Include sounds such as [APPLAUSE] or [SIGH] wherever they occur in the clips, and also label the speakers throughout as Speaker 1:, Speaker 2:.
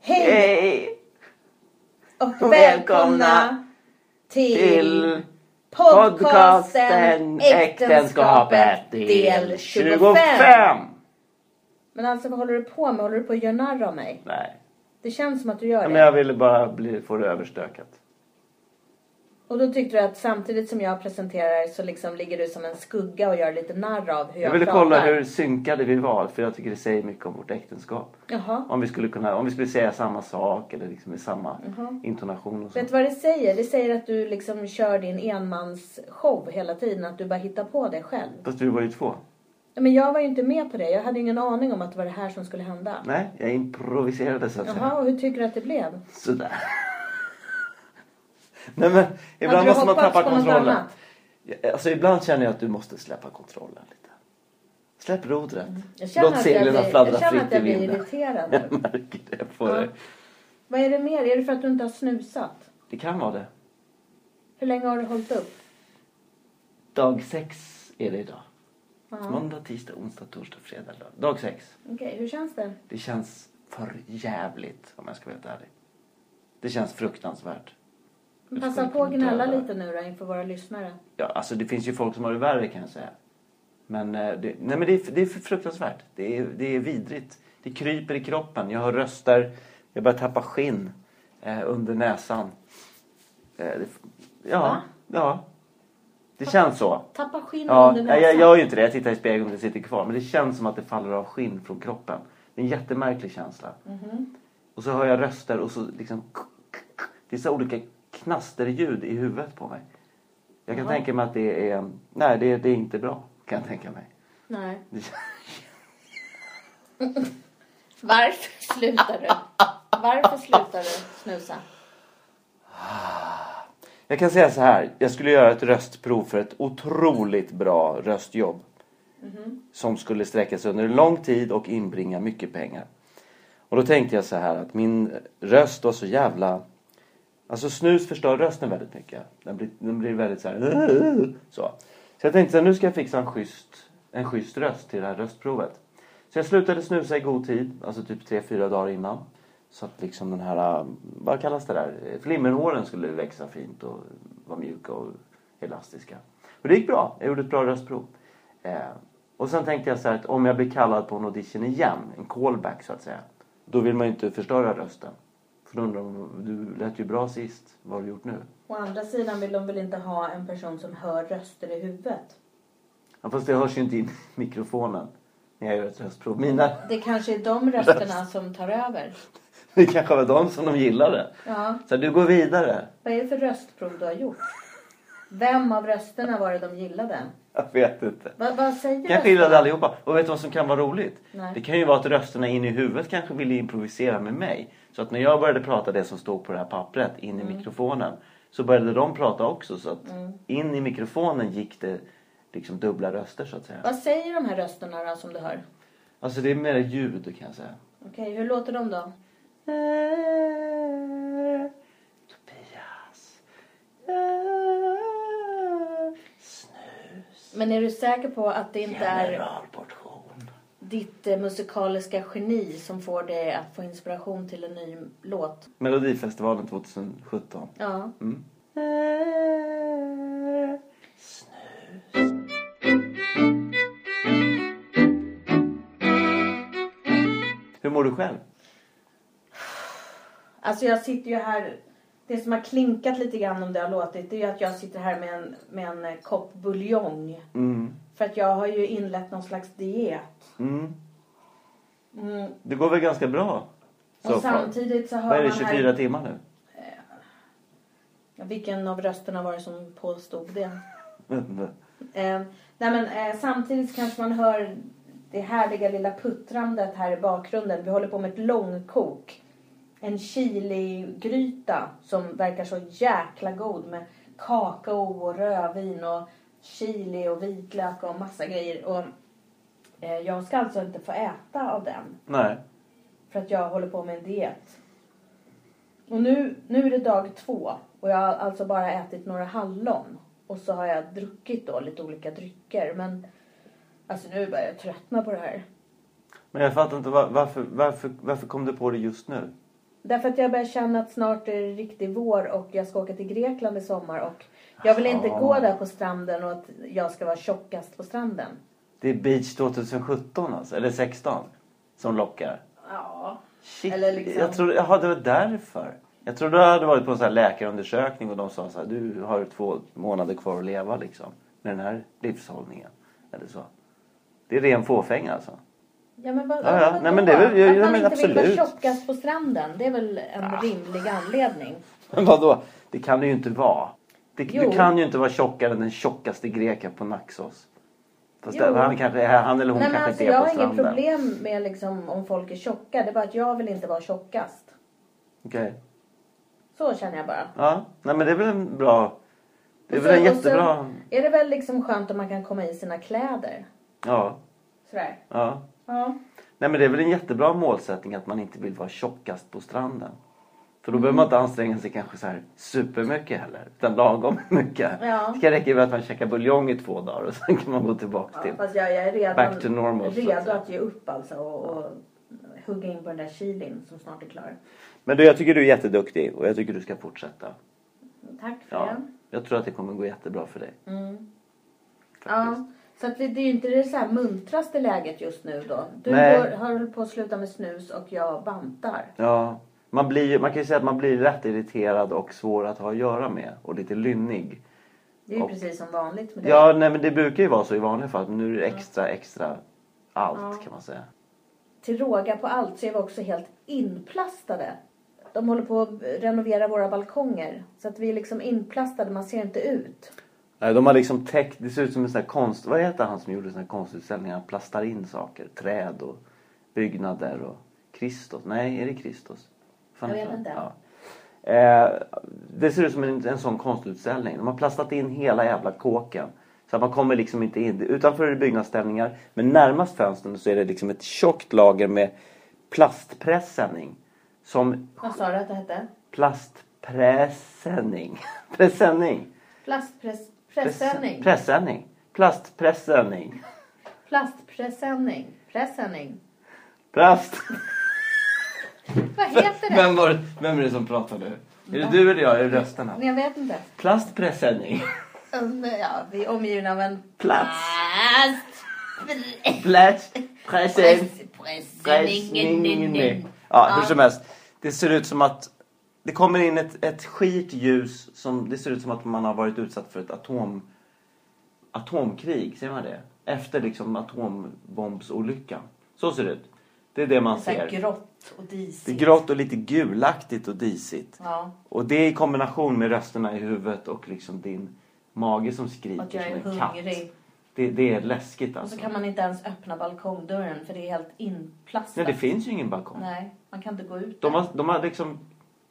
Speaker 1: Hej
Speaker 2: Hej
Speaker 1: och
Speaker 2: och
Speaker 1: välkomna
Speaker 2: välkomna
Speaker 1: till
Speaker 2: till
Speaker 1: podcasten
Speaker 2: podcasten
Speaker 1: Äktenskapet
Speaker 2: Äktenskapet
Speaker 1: del 25.
Speaker 2: 25.
Speaker 1: Men alltså vad håller du på med? Håller du på att göra narr av mig?
Speaker 2: Nej,
Speaker 1: Det känns som att du gör
Speaker 2: men
Speaker 1: det.
Speaker 2: jag ville bara bli, få det överstökat.
Speaker 1: Och då tyckte du att samtidigt som jag presenterar så liksom ligger du som en skugga och gör lite narr av hur jag,
Speaker 2: Jag ville
Speaker 1: pratar.
Speaker 2: kolla hur synkade vi var för jag tycker det säger mycket om vårt äktenskap.
Speaker 1: Jaha.
Speaker 2: Om vi skulle, kunna, om vi skulle säga samma sak eller liksom i samma intonation och så.
Speaker 1: Vet du vad det säger? Det säger att du liksom kör din enmansshow hela tiden. Att du bara hittar på det själv.
Speaker 2: Fast du var ju två.
Speaker 1: Ja, Men jag var ju inte med på det. Jag hade ju ingen aning om att det var det här som skulle hända.
Speaker 2: Nej, jag improviserade så att säga.
Speaker 1: Jaha, och hur tycker du att det blev?
Speaker 2: Sådär. [LAUGHS] Nej men, ibland
Speaker 1: du
Speaker 2: måste man
Speaker 1: hoppats
Speaker 2: tappa
Speaker 1: på något
Speaker 2: kontrollen.
Speaker 1: annat?
Speaker 2: Ja, Alltså ibland känner jag att du måste släppa kontrollen lite. Släpp rodret.
Speaker 1: Mm. Jag känner
Speaker 2: Låt
Speaker 1: att jag
Speaker 2: seglen
Speaker 1: blir-
Speaker 2: fladdra
Speaker 1: jag känner
Speaker 2: fritt
Speaker 1: att
Speaker 2: i
Speaker 1: jag blir
Speaker 2: vinden.
Speaker 1: irriterad nu.
Speaker 2: [LAUGHS] Jag märker det på
Speaker 1: Ja.
Speaker 2: dig.
Speaker 1: Vad är det mer? Är det för att du inte har snusat?
Speaker 2: Det kan vara det.
Speaker 1: Hur länge har du hållit upp?
Speaker 2: Dag sex är det idag.
Speaker 1: Ja.
Speaker 2: Måndag, tisdag, onsdag, torsdag, fredag, lördag. Dag sex.
Speaker 1: Okej, hur känns det?
Speaker 2: Det känns för jävligt om jag ska vara helt ärlig. Det känns fruktansvärt. Jag
Speaker 1: Passa
Speaker 2: skulle
Speaker 1: på att
Speaker 2: kunna
Speaker 1: gnälla
Speaker 2: döda.
Speaker 1: lite nu då inför våra lyssnare.
Speaker 2: Ja, alltså det finns ju folk som har det värre kan jag säga. Men, eh, det, nej, men det, är, det är fruktansvärt. Det är, det är vidrigt. Det kryper i kroppen. Jag hör röster. Jag börjar tappa skinn eh, under näsan. Eh, det, ja,
Speaker 1: Va?
Speaker 2: ja. Det känns så.
Speaker 1: Tappa skinn
Speaker 2: Ja,
Speaker 1: under
Speaker 2: nej,
Speaker 1: näsan.
Speaker 2: jag gör ju inte det. Jag tittar i spegeln och det sitter kvar. Men det känns som att det faller av skinn från kroppen. Det är en jättemärklig känsla.
Speaker 1: Mhm.
Speaker 2: Och så hör jag röster och så liksom... Det är så olika knasterljud i huvudet på mig. Jag kan
Speaker 1: Jaha.
Speaker 2: tänka mig att det är... Nej, det, det är inte bra. Kan jag tänka mig.
Speaker 1: Nej.
Speaker 2: Det kän-
Speaker 1: Varför slutar du? [LAUGHS] Varför slutar du snusa?
Speaker 2: Jag kan säga så här. Jag skulle göra ett röstprov för ett otroligt bra röstjobb. Som skulle sträcka sig under en lång tid och inbringa mycket pengar. Och då tänkte jag så här att min röst var så jävla... Alltså snus förstör rösten väldigt mycket. Den blir, den blir väldigt så här... Så. så jag tänkte så här, nu ska jag fixa en schysst, en schysst röst till det här röstprovet. Så jag slutade snusa i god tid, alltså typ 3-4 dagar innan. Så att liksom den här, äh, vad kallas det där? Eh, Flimmerhåren skulle växa fint och vara mjuka och elastiska. Och det gick bra, jag gjorde ett bra röstprov. Eh, och sen tänkte jag så här att om jag blir kallad på en audition igen, en callback så att säga. Då vill man ju inte förstöra rösten. För då undrar de, du lät ju bra sist, vad har du gjort nu?
Speaker 1: Å andra sidan vill de väl inte ha en person som hör röster i huvudet?
Speaker 2: Ja, fast det hörs ju inte in i mikrofonen när jag gör ett röstprov. Mina, [LAUGHS]
Speaker 1: Det kanske är de rösterna som tar över.
Speaker 2: det kanske var de som de gillade.
Speaker 1: Ja.
Speaker 2: Så här, du går vidare.
Speaker 1: Vad är det för röstprov du har gjort? Vem av rösterna var det de gillade?
Speaker 2: Jag vet inte.
Speaker 1: Va, vad säger
Speaker 2: Kanske
Speaker 1: rösterna?
Speaker 2: gillade allihopa. Och vet du vad som kan vara roligt?
Speaker 1: Nej.
Speaker 2: Det kan ju vara att rösterna in i huvudet kanske ville improvisera med mig. Så att när jag började prata det som stod på det här pappret in i mikrofonen så började de prata också. Så att in i mikrofonen gick det liksom dubbla röster så att säga.
Speaker 1: Vad säger de här rösterna då som du hör?
Speaker 2: Alltså det är mer ljud kan jag säga.
Speaker 1: Okej, hur låter de då?
Speaker 2: Tobias. Snus.
Speaker 1: Men är du säker på att det inte är
Speaker 2: Generalportion.
Speaker 1: ditt eh, musikaliska geni som får dig att få inspiration till en ny låt?
Speaker 2: Melodifestivalen 2017.
Speaker 1: Ja.
Speaker 2: Mm. Hur mår du själv?
Speaker 1: Alltså jag sitter ju här... Det som har klinkat lite grann om det har låtit det är ju att jag sitter här med en, med en eh, kopp buljong.
Speaker 2: Mm.
Speaker 1: För att jag har ju inlett någon slags diet.
Speaker 2: Mm.
Speaker 1: Mm.
Speaker 2: Det går väl ganska bra?
Speaker 1: Och
Speaker 2: så far?
Speaker 1: samtidigt så hör
Speaker 2: Vad är det,
Speaker 1: man
Speaker 2: 24
Speaker 1: här...
Speaker 2: timmar nu?
Speaker 1: Vilken av rösterna var det som påstod det? Eh, nej men, eh, samtidigt kanske man hör det härliga lilla puttrandet här i bakgrunden. Vi håller på med ett långkok. En chiligryta som verkar så jäkla god med kakao och rödvin och chili och vitlök och massa grejer. Och, eh, jag ska alltså inte få äta av den
Speaker 2: Nej.
Speaker 1: för att jag håller på med en diet. Och nu, nu är det dag två och jag har alltså bara ätit några hallon. Och så har jag druckit då lite olika drycker. Men alltså nu börjar jag tröttna på det här.
Speaker 2: Men jag fattar inte var- varför, varför, varför kom du på det just nu?
Speaker 1: Därför att jag börjar känna att snart är det riktig vår och jag ska åka till Grekland i sommar och jag vill inte
Speaker 2: Ja.
Speaker 1: gå där på stranden och att jag ska vara tjockast på stranden.
Speaker 2: Det är Beach 2017 alltså, eller 16 som lockar.
Speaker 1: Ja.
Speaker 2: Shit,
Speaker 1: Eller liksom-
Speaker 2: jag trodde, jaha det var därför. Jag trodde du hade varit på en sån här läkarundersökning och de sa så här, du har två månader kvar att leva liksom. Med den här livshållningen. Eller så. Det är ren fåfänga alltså. [LAUGHS]
Speaker 1: Ja men vad,
Speaker 2: Ja, ja.
Speaker 1: vadå?
Speaker 2: Nej, men det är väl- ja,
Speaker 1: Att
Speaker 2: ja,
Speaker 1: man
Speaker 2: men
Speaker 1: inte vill
Speaker 2: absolut.
Speaker 1: vara tjockast på stranden, det är väl en rimlig anledning.
Speaker 2: Men vadå? Det kan det ju inte vara. Det,
Speaker 1: Jo.
Speaker 2: du kan ju inte vara tjockare än den tjockaste greken på Naxos. Fast
Speaker 1: Jo.
Speaker 2: där, han, kanske, han eller hon
Speaker 1: Nej men
Speaker 2: kanske
Speaker 1: alltså
Speaker 2: inte är
Speaker 1: jag
Speaker 2: på
Speaker 1: har inget
Speaker 2: stranden.
Speaker 1: problem med liksom om folk är tjocka, det är bara att jag vill inte vara tjockast.
Speaker 2: Okej.
Speaker 1: Så känner jag bara.
Speaker 2: Ja. Nej men det är väl en bra... Det är
Speaker 1: Och
Speaker 2: väl en
Speaker 1: sen- och sen
Speaker 2: jättebra...
Speaker 1: Är det väl liksom skönt om man kan komma i sina kläder?
Speaker 2: Ja.
Speaker 1: Sådär.
Speaker 2: Ja.
Speaker 1: Ja.
Speaker 2: Nej men det är väl en jättebra målsättning att man inte vill vara tjockast på stranden. För då behöver man inte anstränga sig kanske så här supermycket heller. Utan lagom [LAUGHS] mycket.
Speaker 1: Ja.
Speaker 2: Det kan räcka med att man käkar buljong i två dagar och sen kan man gå tillbaka till.
Speaker 1: Ja, fast jag, jag är redan
Speaker 2: Back to normal, så att
Speaker 1: redo
Speaker 2: säga.
Speaker 1: att ge upp alltså och, och hugga in på den där kilin som snart är klar.
Speaker 2: Men du jag tycker du är jätteduktig och jag tycker du ska fortsätta.
Speaker 1: Tack för
Speaker 2: Ja.
Speaker 1: det.
Speaker 2: Jag tror att det kommer gå jättebra för dig.
Speaker 1: Mm.
Speaker 2: faktiskt.
Speaker 1: Ja, så att det, det är ju inte det så här muntraste läget just nu då. Du
Speaker 2: Nej.
Speaker 1: går, har hållit på att sluta med snus och jag bantar.
Speaker 2: Ja. Man, blir, ju- man kan ju säga att man blir rätt irriterad och svår att ha att göra med. Och lite lynnig.
Speaker 1: Det är ju
Speaker 2: Och-
Speaker 1: precis som vanligt med dig.
Speaker 2: Ja, nej men det brukar ju vara så i vanliga fall. Men nu är det extra, extra allt
Speaker 1: Ja.
Speaker 2: kan man säga.
Speaker 1: Till råga på allt så är vi också helt inplastade. De håller på att renovera våra balkonger. Så att vi är liksom inplastade, man ser inte ut.
Speaker 2: Nej, de har liksom täckt, det ser ut som en sån här konst, vad heter han som gjorde såna här konstutställningar? Han plastar in saker, träd och byggnader och Kristus, nej är det Kristus? Fan,
Speaker 1: Jag vet
Speaker 2: heter han?
Speaker 1: inte.
Speaker 2: Ja. Eh, det ser ut som en, en sån konstutställning. De har plastat in hela jävla kåken. Så att man kommer liksom inte in. Utanför är det byggnadsställningar, men närmast fönstren så är det liksom ett tjockt lager med plastpressändning. Som
Speaker 1: Vad sa du att det hette?
Speaker 2: plastpressändning. [LAUGHS] Presenning.
Speaker 1: Plastpressändning.
Speaker 2: Pressändning. Plastpressändning.
Speaker 1: Plastpresenning. Presenning.
Speaker 2: Plast.
Speaker 1: Vad heter det?
Speaker 2: Vem, var, vem är det som pratar nu? Är det du eller jag? Är det rösterna?
Speaker 1: Jag vet inte.
Speaker 2: [LAUGHS] Plastpressändning.
Speaker 1: Mm, Ja, vi är omgivna av en...
Speaker 2: Plats.
Speaker 1: Plast...
Speaker 2: Plastpressändning.
Speaker 1: Presenning.
Speaker 2: Ja, hur som helst. Det ser ut som att det kommer in ett, ett skit ljus som det ser ut som att man har varit utsatt för ett atom, atomkrig, säger man det? Efter liksom atombombsolyckan. Så ser det ut. Det är det man
Speaker 1: Så här
Speaker 2: ser.
Speaker 1: grått och
Speaker 2: Det är
Speaker 1: disigt.
Speaker 2: grått och lite gulaktigt och disigt.
Speaker 1: Ja,
Speaker 2: Och det i kombination med rösterna i huvudet och liksom din mage som skriker
Speaker 1: att jag är
Speaker 2: som en katt.
Speaker 1: hungrig.
Speaker 2: Det, det är läskigt
Speaker 1: Och så
Speaker 2: alltså.
Speaker 1: kan man inte ens öppna balkongdörren för det är helt inplastat.
Speaker 2: Nej, det finns ju ingen balkong.
Speaker 1: Nej, man kan inte gå ut.
Speaker 2: De har, de har liksom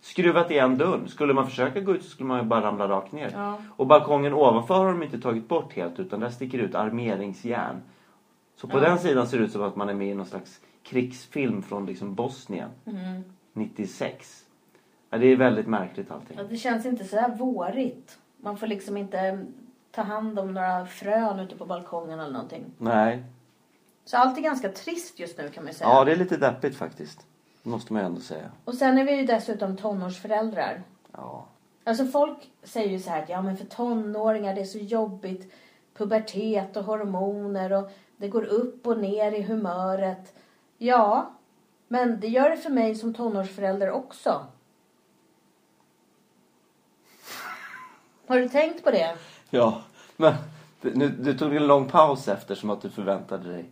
Speaker 2: skruvat igen dörren. Skulle man försöka gå ut så skulle man ju bara ramla rakt ner.
Speaker 1: Ja.
Speaker 2: Och balkongen ovanför har de inte tagit bort helt utan där sticker ut armeringsjärn. Så på
Speaker 1: Ja.
Speaker 2: den sidan ser det ut som att man är med i någon slags krigsfilm från liksom Bosnien
Speaker 1: Mm.
Speaker 2: 96. Ja, det är väldigt märkligt allting.
Speaker 1: Ja, Det känns inte så här vårigt. Man får liksom inte mm, ta hand om några frön ute på balkongen eller någonting.
Speaker 2: Nej,
Speaker 1: Så allt är ganska trist just nu kan man ju säga.
Speaker 2: Ja, det är lite deppigt faktiskt. Måste man ju ändå säga.
Speaker 1: Och sen är vi ju dessutom tonårsföräldrar.
Speaker 2: Ja.
Speaker 1: Alltså folk säger ju så här att ja men för tonåringar det är så jobbigt. Pubertet och hormoner och det går upp och ner i humöret. Ja, men det gör det för mig som tonårsförälder också. Har du tänkt på det?
Speaker 2: Ja, men nu, du tog en lång paus eftersom att du förväntade dig.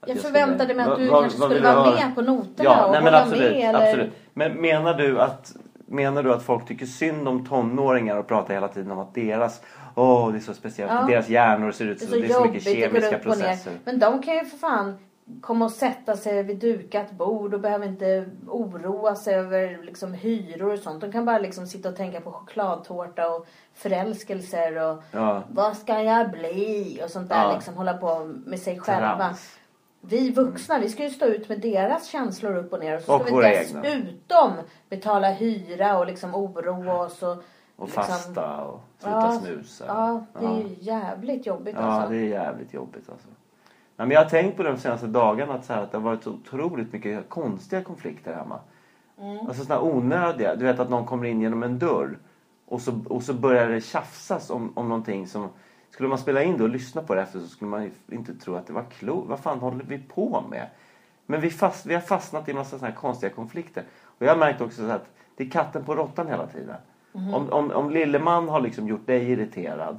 Speaker 2: att
Speaker 1: Jag
Speaker 2: skulle-
Speaker 1: förväntade mig att
Speaker 2: Vad-
Speaker 1: du
Speaker 2: vad-
Speaker 1: kanske
Speaker 2: vad
Speaker 1: skulle
Speaker 2: vill du
Speaker 1: vara
Speaker 2: höra?
Speaker 1: med på noterna
Speaker 2: Ja,
Speaker 1: och
Speaker 2: nej, men
Speaker 1: hålla
Speaker 2: absolut,
Speaker 1: med. Eller...
Speaker 2: absolut. Men menar du att Menar du att folk tycker synd om tonåringar och pratar hela tiden om att deras, åh det är så speciellt,
Speaker 1: Ja.
Speaker 2: deras hjärnor ser ut
Speaker 1: Det
Speaker 2: typ. så,
Speaker 1: är så
Speaker 2: det är så mycket
Speaker 1: jobbigt, det går
Speaker 2: kemiska
Speaker 1: upp och
Speaker 2: processer.
Speaker 1: ner. Men de kan ju för fan komma och sätta sig vid dukat bord och behöver inte oroa sig över liksom hyror och sånt. De kan bara liksom sitta och tänka på chokladtårta och förälskelser och
Speaker 2: Ja,
Speaker 1: vad ska jag bli och sånt där
Speaker 2: Ja.
Speaker 1: liksom hålla på med sig själva.
Speaker 2: trams.
Speaker 1: Vi vuxna, vi ska ju stå ut med deras känslor upp och ner och så
Speaker 2: Och
Speaker 1: ska
Speaker 2: våra
Speaker 1: vi
Speaker 2: egna.
Speaker 1: dessutom betala hyra och liksom oroa oss och
Speaker 2: Och
Speaker 1: liksom-
Speaker 2: fasta och sluta
Speaker 1: Ja,
Speaker 2: snusa.
Speaker 1: Ja, det är
Speaker 2: Ja.
Speaker 1: ju jävligt jobbigt
Speaker 2: Ja,
Speaker 1: alltså.
Speaker 2: det är jävligt jobbigt alltså. Nej, men jag har tänkt på de senaste dagarna att, så här, att det har varit så otroligt mycket konstiga konflikter hemma.
Speaker 1: Mm.
Speaker 2: Alltså sådana onödiga. Du vet att någon kommer in genom en dörr och så, och så börjar det tjafsas om, om någonting som... Skulle man spela in det och lyssna på det efter så skulle man ju inte tro att det var klokt. Vad fan håller vi på med? Men vi, fast, vi har fastnat i massa sådana här konstiga konflikter. Och jag har märkt också så här att det är katten på råttan hela tiden.
Speaker 1: Mm-hmm.
Speaker 2: Om, om, om Lilleman har liksom gjort dig irriterad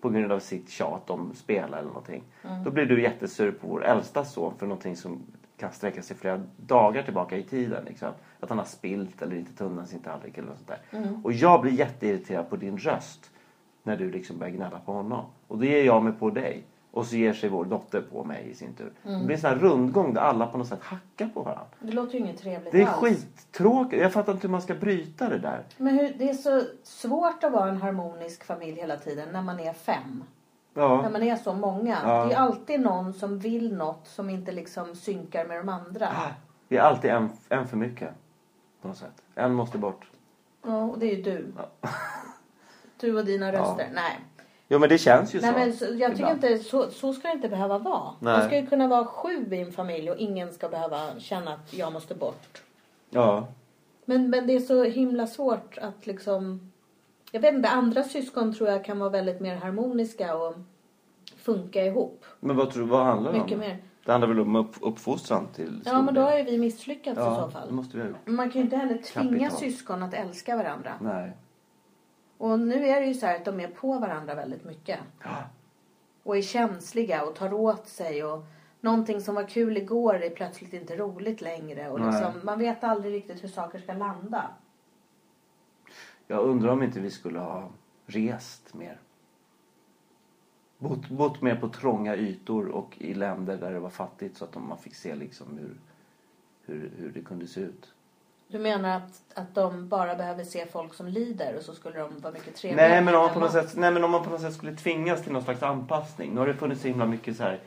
Speaker 2: på grund av sitt tjat om spel eller någonting. Då blir du jättesur på vår äldsta son för någonting som kan sträcka sig flera dagar tillbaka i tiden. Liksom. Att han har spilt eller inte tunnat sin tallrik eller något sånt där. Och jag blir jätteirriterad på din röst när du liksom börjar gnälla på honom. Och då ger jag mig på dig. Och så ger sig vår dotter på mig i sin tur. Det blir en sån här rundgång där alla på något sätt hackar på varandra.
Speaker 1: Det låter ju inget trevligt
Speaker 2: Det är
Speaker 1: alls.
Speaker 2: skittråkigt. Jag fattar inte hur man ska bryta det där.
Speaker 1: Men hur, det är så svårt att vara en harmonisk familj hela tiden när man är fem. När
Speaker 2: Ja.
Speaker 1: man är så många.
Speaker 2: Ja.
Speaker 1: Det är ju alltid någon som vill något som inte liksom synkar med de andra.
Speaker 2: Ah. Det är alltid en, en för mycket. På något sätt. En måste bort.
Speaker 1: Ja, och det är ju du. Du och dina röster. Nej.
Speaker 2: Jo men det känns ju
Speaker 1: Nej
Speaker 2: så.
Speaker 1: men så, jag tycker
Speaker 2: ibland.
Speaker 1: inte, så, så ska det inte behöva vara.
Speaker 2: Nej.
Speaker 1: Man ska ju kunna vara sju i en familj och ingen ska behöva känna att jag måste bort.
Speaker 2: Ja.
Speaker 1: Men, men det är så himla svårt att liksom... Jag vet inte, andra syskon tror jag kan vara väldigt mer harmoniska och funka ihop.
Speaker 2: Men vad tror du, vad handlar det om?
Speaker 1: Mycket mer.
Speaker 2: Det handlar väl om upp, uppfostran till
Speaker 1: Ja,
Speaker 2: stor
Speaker 1: men då har
Speaker 2: del.
Speaker 1: ju vi misslyckats i
Speaker 2: Ja,
Speaker 1: så
Speaker 2: det
Speaker 1: fall.
Speaker 2: måste vi ha gjort.
Speaker 1: Men Man kan ju inte heller tvinga
Speaker 2: Kapital.
Speaker 1: syskon att älska varandra.
Speaker 2: Nej.
Speaker 1: Och nu är det ju så här att de är på varandra väldigt mycket. Och är känsliga och tar åt sig och någonting som var kul igår är plötsligt inte roligt längre. Och
Speaker 2: Nej.
Speaker 1: liksom, man vet aldrig riktigt hur saker ska landa.
Speaker 2: Jag undrar om inte vi skulle ha rest mer. Bott, bott mer på trånga ytor och i länder där det var fattigt så att de- man fick se liksom hur, hur, hur det kunde se ut.
Speaker 1: Du menar att, att de bara behöver se folk som lider och så skulle de vara mycket trevligare?
Speaker 2: Nej men, om man på
Speaker 1: hemma?
Speaker 2: något sätt, nej men om man på något sätt skulle tvingas till någon slags anpassning. Nu har det funnits så himla mycket så här.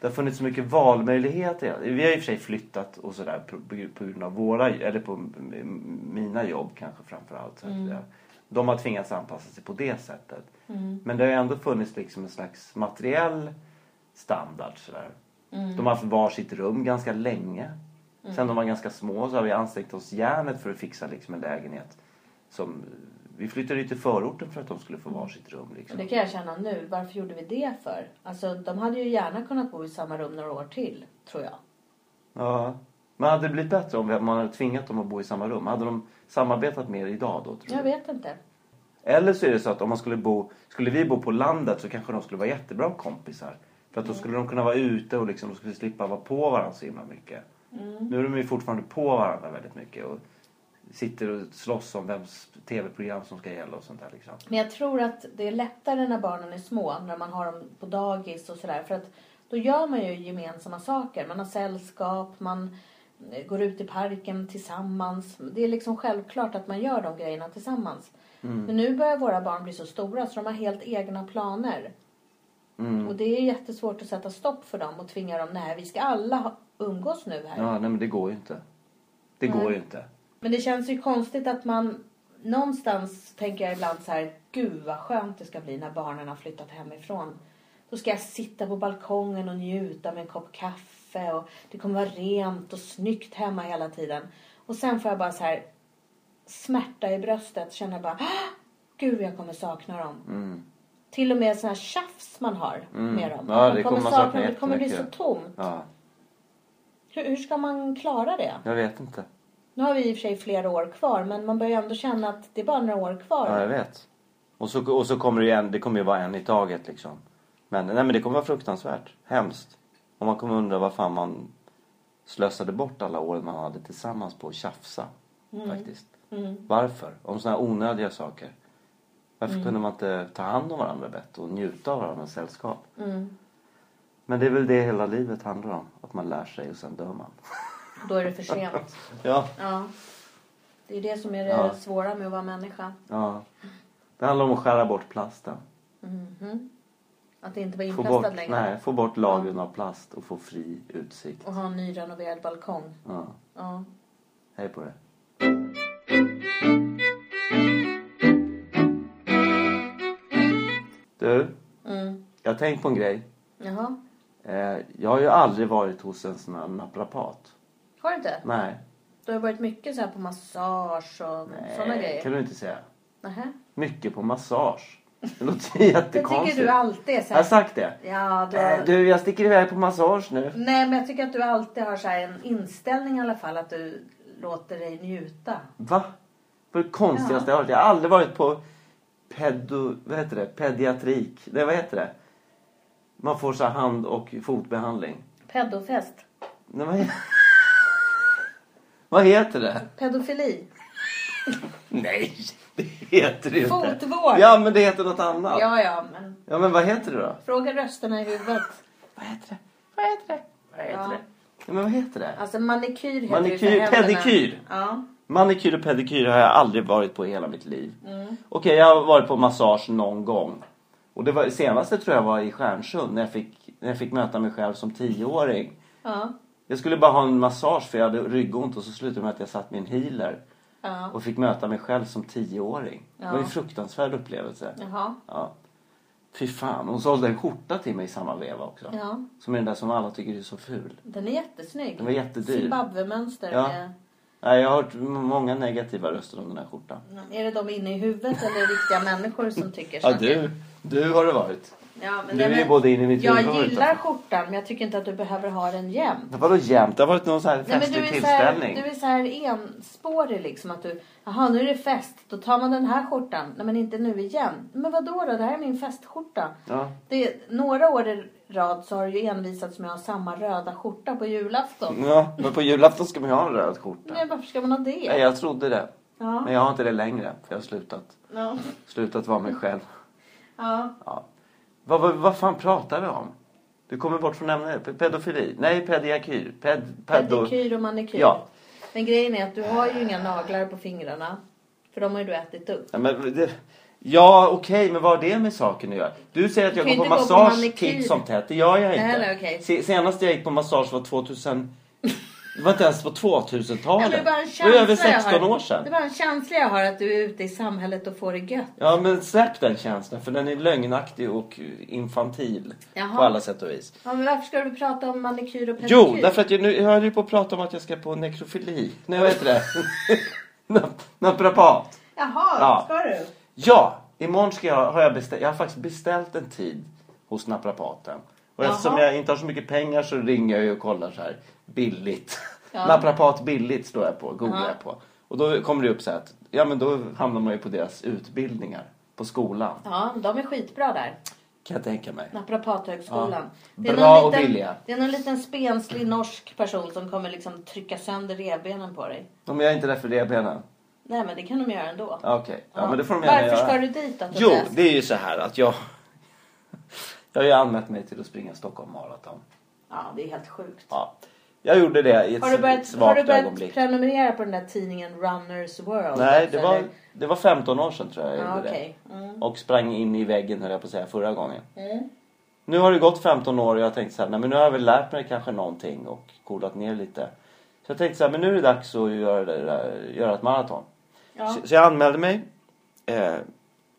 Speaker 2: Det har funnits så mycket valmöjligheter. Vi har i och för sig flyttat och sådär på, på- på grund av våra, eller på m- m- mina jobb kanske framförallt. Mm. De har tvingats anpassa sig på det sättet.
Speaker 1: Mm,
Speaker 2: Men det har ju ändå funnits liksom en slags materiell standard sådär.
Speaker 1: mm.
Speaker 2: De har haft varsitt rum ganska länge. Sen de var ganska små så har vi ansträngt oss järnet för att fixa liksom en lägenhet. Som, vi flyttade ju till förorten för att de skulle få varsitt rum.
Speaker 1: Och
Speaker 2: Liksom.
Speaker 1: det kan jag känna nu. Varför gjorde vi det för? Alltså de hade ju gärna kunnat bo i samma rum några år till, tror jag.
Speaker 2: Ja. Men hade det blivit bättre om vi- man hade tvingat dem att bo i samma rum? Hade de samarbetat mer idag då? Tror
Speaker 1: Jag
Speaker 2: du?
Speaker 1: vet inte.
Speaker 2: Eller så är det så att om man skulle bo, skulle vi bo på landet så kanske de skulle vara jättebra kompisar. För att då skulle de kunna vara ute och liksom, de skulle slippa vara på varandra så himla mycket. Nu är de ju fortfarande på varandra väldigt mycket och sitter och slåss om vems tv-program som ska gälla och sånt där liksom.
Speaker 1: Men jag tror att det är lättare när barnen är små, när man har dem på dagis och sådär. För att då gör man ju gemensamma saker. Man har sällskap, man eh, går ut i parken tillsammans. Det är liksom självklart att man gör de grejerna tillsammans.
Speaker 2: Mm.
Speaker 1: Men nu börjar våra barn bli så stora så de har helt egna planer. Mm.
Speaker 2: Mm.
Speaker 1: Och det är jättesvårt att sätta stopp för dem och tvinga dem, nej vi ska alla ha- umgås nu här.
Speaker 2: Ja, nej men det går ju inte. Det går ju inte.
Speaker 1: Men det känns ju konstigt att man någonstans tänker jag ibland så här, gud vad skönt det ska bli när barnen har flyttat hemifrån. Då ska jag sitta på balkongen och njuta med en kopp kaffe och det kommer vara rent och snyggt hemma hela tiden. Och sen får jag bara så här smärta i bröstet, känner bara, "Ah, gud jag kommer sakna dem.
Speaker 2: Mm.
Speaker 1: Till och med sådana här tjafs man har med dem.
Speaker 2: Ja,
Speaker 1: Man
Speaker 2: det kommer man sakna
Speaker 1: dem. Det kommer bli så
Speaker 2: jättemycket.
Speaker 1: tomt.
Speaker 2: Ja,
Speaker 1: Hur, hur ska man klara det?
Speaker 2: jag vet inte.
Speaker 1: Nu har vi i och för sig flera år kvar men man börjar ändå känna att det är bara några år kvar.
Speaker 2: Ja, jag vet. Och så, och så kommer det ju en, det kommer ju vara en i taget liksom. Men, nej, men det kommer vara fruktansvärt. Hemskt. Och man kommer undra vad fan man slösade bort alla åren man hade tillsammans på att tjafsa.
Speaker 1: Mm.
Speaker 2: Faktiskt. Varför? Om sådana här onödiga saker. Varför
Speaker 1: Mm.
Speaker 2: kunde man inte ta hand om varandra bättre och njuta av varandras sällskap?
Speaker 1: mm.
Speaker 2: Men det är väl det hela livet handlar om. Att man lär sig och sen dör man.
Speaker 1: Då är det för
Speaker 2: [LAUGHS]
Speaker 1: sent.
Speaker 2: Ja.
Speaker 1: Ja. Det är det som är det
Speaker 2: Ja.
Speaker 1: svåra med att vara människa.
Speaker 2: ja. Det handlar om att skära bort plasten.
Speaker 1: Mhm. Att det inte vara
Speaker 2: Få
Speaker 1: inplastad
Speaker 2: bort,
Speaker 1: längre.
Speaker 2: nej, få bort lagren av plast och få fri utsikt.
Speaker 1: Och ha en nyrenoverad balkong.
Speaker 2: Ja,
Speaker 1: Ja.
Speaker 2: hej på det. Du,
Speaker 1: Mm.
Speaker 2: jag har tänkt på en grej.
Speaker 1: Jaha.
Speaker 2: Eh, jag har ju aldrig varit hos en sån här naprapat.
Speaker 1: Har du inte?
Speaker 2: Nej.
Speaker 1: Du har varit mycket så här på massage och sådana grejer.
Speaker 2: Eh, kan du inte säga.
Speaker 1: Nähä.
Speaker 2: Mycket på massage. Det låter [LAUGHS]
Speaker 1: Det tycker
Speaker 2: jättekonstigt.
Speaker 1: du alltid är så
Speaker 2: Jag har
Speaker 1: här.
Speaker 2: sagt Alltså, det.
Speaker 1: Ja, du,
Speaker 2: Eh,
Speaker 1: har...
Speaker 2: Du, jag sticker iväg på massage nu.
Speaker 1: Nej, men jag tycker att du alltid har så här en inställning i alla fall att du låter dig njuta.
Speaker 2: Va? På det konstigaste jag har hört. Jag har aldrig varit på pedo, vad heter det? pediatrik. Det, vad heter det? Man får så här hand och fotbehandling.
Speaker 1: Pedofest.
Speaker 2: Nej, vad, he- [LAUGHS] vad heter det?
Speaker 1: Pedofili.
Speaker 2: Nej, det heter det ju inte.
Speaker 1: Fotvård.
Speaker 2: Ja, men det heter något annat. Ja.
Speaker 1: Ja, ja, men
Speaker 2: men vad heter det då?
Speaker 1: fråga rösterna i huvudet.
Speaker 2: Vad heter det? Vad heter det? Vad heter
Speaker 1: Ja.
Speaker 2: det? Ja, men vad heter det?
Speaker 1: Alltså manikyr heter
Speaker 2: Manikyr,
Speaker 1: ju för händerna.
Speaker 2: pedikyr.
Speaker 1: Ja.
Speaker 2: Manikyr och pedikyr har jag aldrig varit på i hela mitt liv.
Speaker 1: Mm.
Speaker 2: Okej, jag har varit på massage någon gång. Och det var, senaste tror jag var i Stjärnsund när jag, fick, när jag fick möta mig själv som tioåring.
Speaker 1: Ja.
Speaker 2: Jag skulle bara ha en massage för jag hade ryggont och så slutade det med att jag satt med en healer.
Speaker 1: Ja.
Speaker 2: Och fick möta mig själv som tioåring. Det var
Speaker 1: Ja.
Speaker 2: en fruktansvärd upplevelse.
Speaker 1: Jaha.
Speaker 2: Ja. Fy fan, hon sålde en skjorta till mig i samma veva också.
Speaker 1: Ja.
Speaker 2: Som är den där som alla tycker är så ful.
Speaker 1: Den är jättesnygg.
Speaker 2: Den var jättedyr.
Speaker 1: Zimbabwe-mönster.
Speaker 2: Ja.
Speaker 1: Med...
Speaker 2: Nej, jag har hört m- många negativa röster om den här skjortan.
Speaker 1: Är det de inne i huvudet eller riktiga människor som tycker
Speaker 2: Ja,
Speaker 1: så?
Speaker 2: du. Du har det varit.
Speaker 1: Ja, men
Speaker 2: Du
Speaker 1: den
Speaker 2: är ju både inne i mitt huvud
Speaker 1: Jag
Speaker 2: och alltså.
Speaker 1: gillar
Speaker 2: utanför.
Speaker 1: skjortan men jag tycker inte att du behöver ha den jämt.
Speaker 2: Det var då jämt. Det har varit någon sån här
Speaker 1: Nej, men
Speaker 2: festlig
Speaker 1: du är, så här,
Speaker 2: tillställning.
Speaker 1: du är så här enspårig liksom att du, jaha nu är det fest, då tar man den här skjortan. Nej men inte nu igen. Men vad då då, det här är min festskjorta.
Speaker 2: Ja.
Speaker 1: Det, några år i rad så har du ju envisats med att ha samma röda skjorta på julafton.
Speaker 2: ja, men på julafton ska man ju ha en röd skjorta.
Speaker 1: Men varför ska man ha det?
Speaker 2: Nej, jag trodde det. Men
Speaker 1: Ja.
Speaker 2: jag har inte det längre. För jag har slutat,
Speaker 1: Ja.
Speaker 2: slutat vara mig själv.
Speaker 1: ja.
Speaker 2: Ja. Vad, vad, vad fan pratar vi om? Du kommer bort från ämnet. P- Pedofili. Nej, pediakyr. Ped, pedo...
Speaker 1: Pedikyr och manikyr.
Speaker 2: Ja.
Speaker 1: Men grejen är att du har ju inga naglar på fingrarna. För de har ju du ätit upp.
Speaker 2: Ja, men det... Ja, okej, men vad har det med saken att göra? Du säger att jag
Speaker 1: kan
Speaker 2: går
Speaker 1: ju
Speaker 2: på
Speaker 1: inte gå på
Speaker 2: massage
Speaker 1: manikyr.
Speaker 2: titt som tätt. Det gör jag inte.
Speaker 1: Nej, nej, okej.
Speaker 2: Se- Senast jag gick på massage var
Speaker 1: [LAUGHS]
Speaker 2: 2000... Det var inte ens på 2000-talet.
Speaker 1: Ja, men det, är bara en
Speaker 2: det var över
Speaker 1: känsla jag
Speaker 2: 16
Speaker 1: har.
Speaker 2: år sedan.
Speaker 1: det är bara en känsla jag har att du är ute i samhället och får det gött.
Speaker 2: Ja, men släpp den känslan för den är lögnaktig och infantil
Speaker 1: Jaha.
Speaker 2: på alla sätt och vis.
Speaker 1: Ja, men varför ska du prata om manikyr och pedikyr?
Speaker 2: Jo, därför att jag, nu, jag höll ju på att prata om att jag ska på nekrofili. Nej, vad
Speaker 1: [LAUGHS]
Speaker 2: heter det? Nap- Naprapat.
Speaker 1: Jaha,
Speaker 2: Ja.
Speaker 1: ska du?
Speaker 2: Ja, imorgon ska jag, har jag beställt, jag har faktiskt beställt en tid hos naprapaten. Och
Speaker 1: Jaha.
Speaker 2: eftersom jag inte har så mycket pengar så ringer jag ju och kollar så här billigt.
Speaker 1: Ja.
Speaker 2: [LAUGHS] Naprapat billigt står jag på, googlar
Speaker 1: Ja.
Speaker 2: jag på. Och då kommer det upp så här att, ja men då hamnar man ju på deras utbildningar. På skolan,
Speaker 1: Ja, de är skitbra där.
Speaker 2: kan jag tänka mig.
Speaker 1: Naprapathögskolan.
Speaker 2: Ja.
Speaker 1: Det är
Speaker 2: Bra
Speaker 1: någon
Speaker 2: och
Speaker 1: liten-
Speaker 2: billiga.
Speaker 1: Det är någon liten spenslig norsk person som kommer liksom trycka sönder revbenen på dig.
Speaker 2: De gör inte det för revbenen?
Speaker 1: Nej, men det kan de göra ändå.
Speaker 2: Ja, Okej, ja, men det får de gärna
Speaker 1: Varför
Speaker 2: göra.
Speaker 1: ska du dit då?
Speaker 2: Jo,
Speaker 1: Tobias?
Speaker 2: det är ju så här att jag... Jag har ju anmält mig till att springa Stockholm Marathon.
Speaker 1: Ja, det är helt sjukt.
Speaker 2: Ja. Jag gjorde det i ett
Speaker 1: Har du börjat,
Speaker 2: svagt
Speaker 1: har du börjat
Speaker 2: ögonblick.
Speaker 1: prenumerera på den där tidningen Runners World?
Speaker 2: Nej, det
Speaker 1: Eller-
Speaker 2: var, det var 15 år sedan tror jag jag
Speaker 1: Ja,
Speaker 2: gjorde
Speaker 1: okej.
Speaker 2: det.
Speaker 1: Mm.
Speaker 2: Och sprang in i väggen höll jag på att säga förra gången.
Speaker 1: Mm.
Speaker 2: Nu har det gått 15 år och jag tänkte så här, nej men nu har jag väl lärt mig kanske någonting och coolat ner lite. Så jag tänkte så här, men nu är det dags att göra, det där, göra ett maraton.
Speaker 1: Ja.
Speaker 2: Så, så jag anmälde mig. Eh,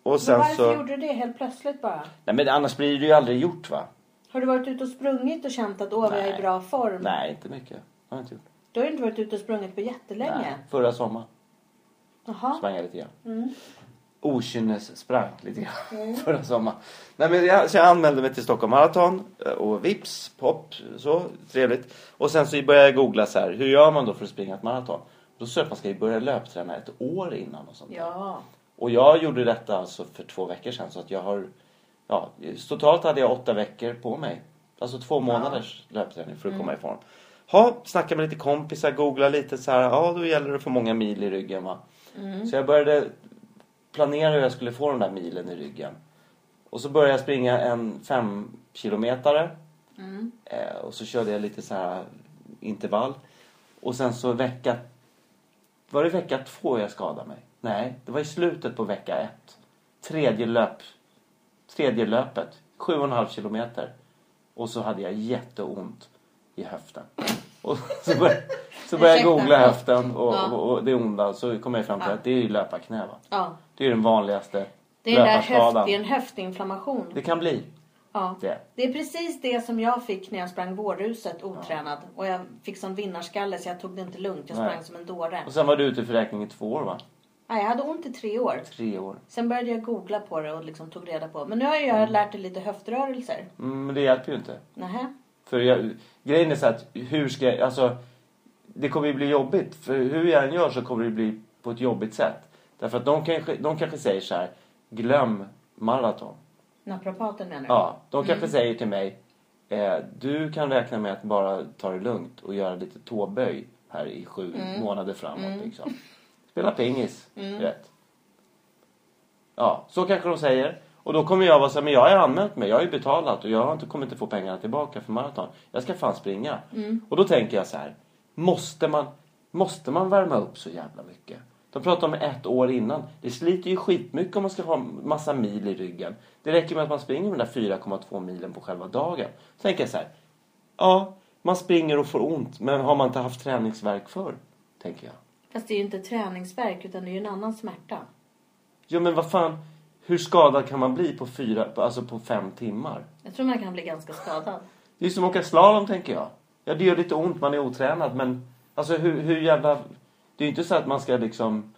Speaker 2: och
Speaker 1: Men
Speaker 2: sen
Speaker 1: varför
Speaker 2: så...
Speaker 1: gjorde du det helt plötsligt bara?
Speaker 2: Nej men annars blir det ju aldrig gjort va?
Speaker 1: Har du varit ute och sprungit och känt att åh, jag är
Speaker 2: Nej.
Speaker 1: i bra form?
Speaker 2: Nej, inte mycket. Det har jag inte gjort.
Speaker 1: Du har ju inte varit ute och sprungit på
Speaker 2: Nej,
Speaker 1: jättelänge.
Speaker 2: förra sommaren
Speaker 1: Jaha.
Speaker 2: sprang jag lite grann.
Speaker 1: Mm.
Speaker 2: Okynnes sprang lite grann [LAUGHS] förra sommaren. Nej, men jag, så jag anmälde mig till Stockholm Marathon eh, och vips, pop, så trevligt. Och sen så började jag googla så här, hur gör man då för att springa ett maraton? Då söp man ska ju börja löpträna ett år innan och sånt. där.
Speaker 1: Ja.
Speaker 2: Och jag gjorde detta alltså för två veckor sedan så att jag har, ja, totalt hade jag åtta veckor på mig. Alltså två månaders löpträning för att komma i form. Ha, snacka med lite kompisar, googla lite så här, ja då gäller det att få många mil i ryggen va. Så jag började planera hur jag skulle få de där milen i ryggen. Och så började jag springa en fem kilometare.
Speaker 1: Mm.
Speaker 2: Eh, och så körde jag lite så här intervall. Och sen så vecka... Var det vecka två jag skadade mig? Nej, det var i slutet på vecka ett. Tredje löp. Tredje löpet. Sju och en halv kilometer. Och så hade jag jätteont i höften. [LAUGHS] Och så började, så började jag
Speaker 1: Ursäkta.
Speaker 2: googla höften och,
Speaker 1: Ja.
Speaker 2: och, och det onda. Så kom jag fram till
Speaker 1: Ja.
Speaker 2: att det är ju löparknä va?
Speaker 1: ja.
Speaker 2: Det är ju den vanligaste
Speaker 1: Det är, den där höft,
Speaker 2: löparskadan.
Speaker 1: det är en höftinflammation.
Speaker 2: Det kan bli.
Speaker 1: Ja.
Speaker 2: Det är.
Speaker 1: Det är precis det som jag fick när jag sprang vårruset otränad. Och jag fick sån vinnarskalle så jag tog det inte lugnt. Jag
Speaker 2: Nej.
Speaker 1: sprang som en dåre.
Speaker 2: Och sen var du ute för räkning i två år va?
Speaker 1: Nej, jag hade ont i tre år.
Speaker 2: Tre år.
Speaker 1: Sen började jag googla på det och liksom tog reda på. Men nu har jag lärt mig lite höftrörelser.
Speaker 2: Mm, men det hjälper ju inte.
Speaker 1: Nähä.
Speaker 2: För jag, grejen är så att hur ska jag, alltså det kommer ju bli jobbigt. För hur jag än gör så kommer det bli på ett jobbigt sätt. Därför att de kanske, de kanske säger så här, glöm maraton.
Speaker 1: Naprapaten menar du?
Speaker 2: Ja, de kanske säger till mig, eh, du kan räkna med att bara ta det lugnt och göra lite tåböj här i sju månader framåt. Liksom. Spela pingis, rätt. Ja, så kanske de säger. Och då kommer jag vara så här, men jag har ju anmält mig, jag har ju betalat och jag har inte, kommer inte få pengarna tillbaka för maraton. Jag ska fan springa. Och då tänker jag så här, måste man, måste man värma upp så jävla mycket? De pratar om ett år innan. Det sliter ju skitmycket om man ska ha massa mil i ryggen. Det räcker med att man springer de där 4,2 milen på själva dagen. Så tänker jag så här, ja, man springer och får ont, men har man inte haft träningsvärk förr? Tänker jag.
Speaker 1: Fast det är ju inte träningsverk utan det är ju en annan smärta.
Speaker 2: Ja, men vad fan, hur skadad kan man bli på, fyra, på- alltså på fem timmar?
Speaker 1: Jag tror man kan bli ganska skadad.
Speaker 2: Det är som att åka slalom tänker jag. Ja, det gör lite ont, man är otränad men alltså hur, hur jävla... Det är ju inte så att man ska liksom...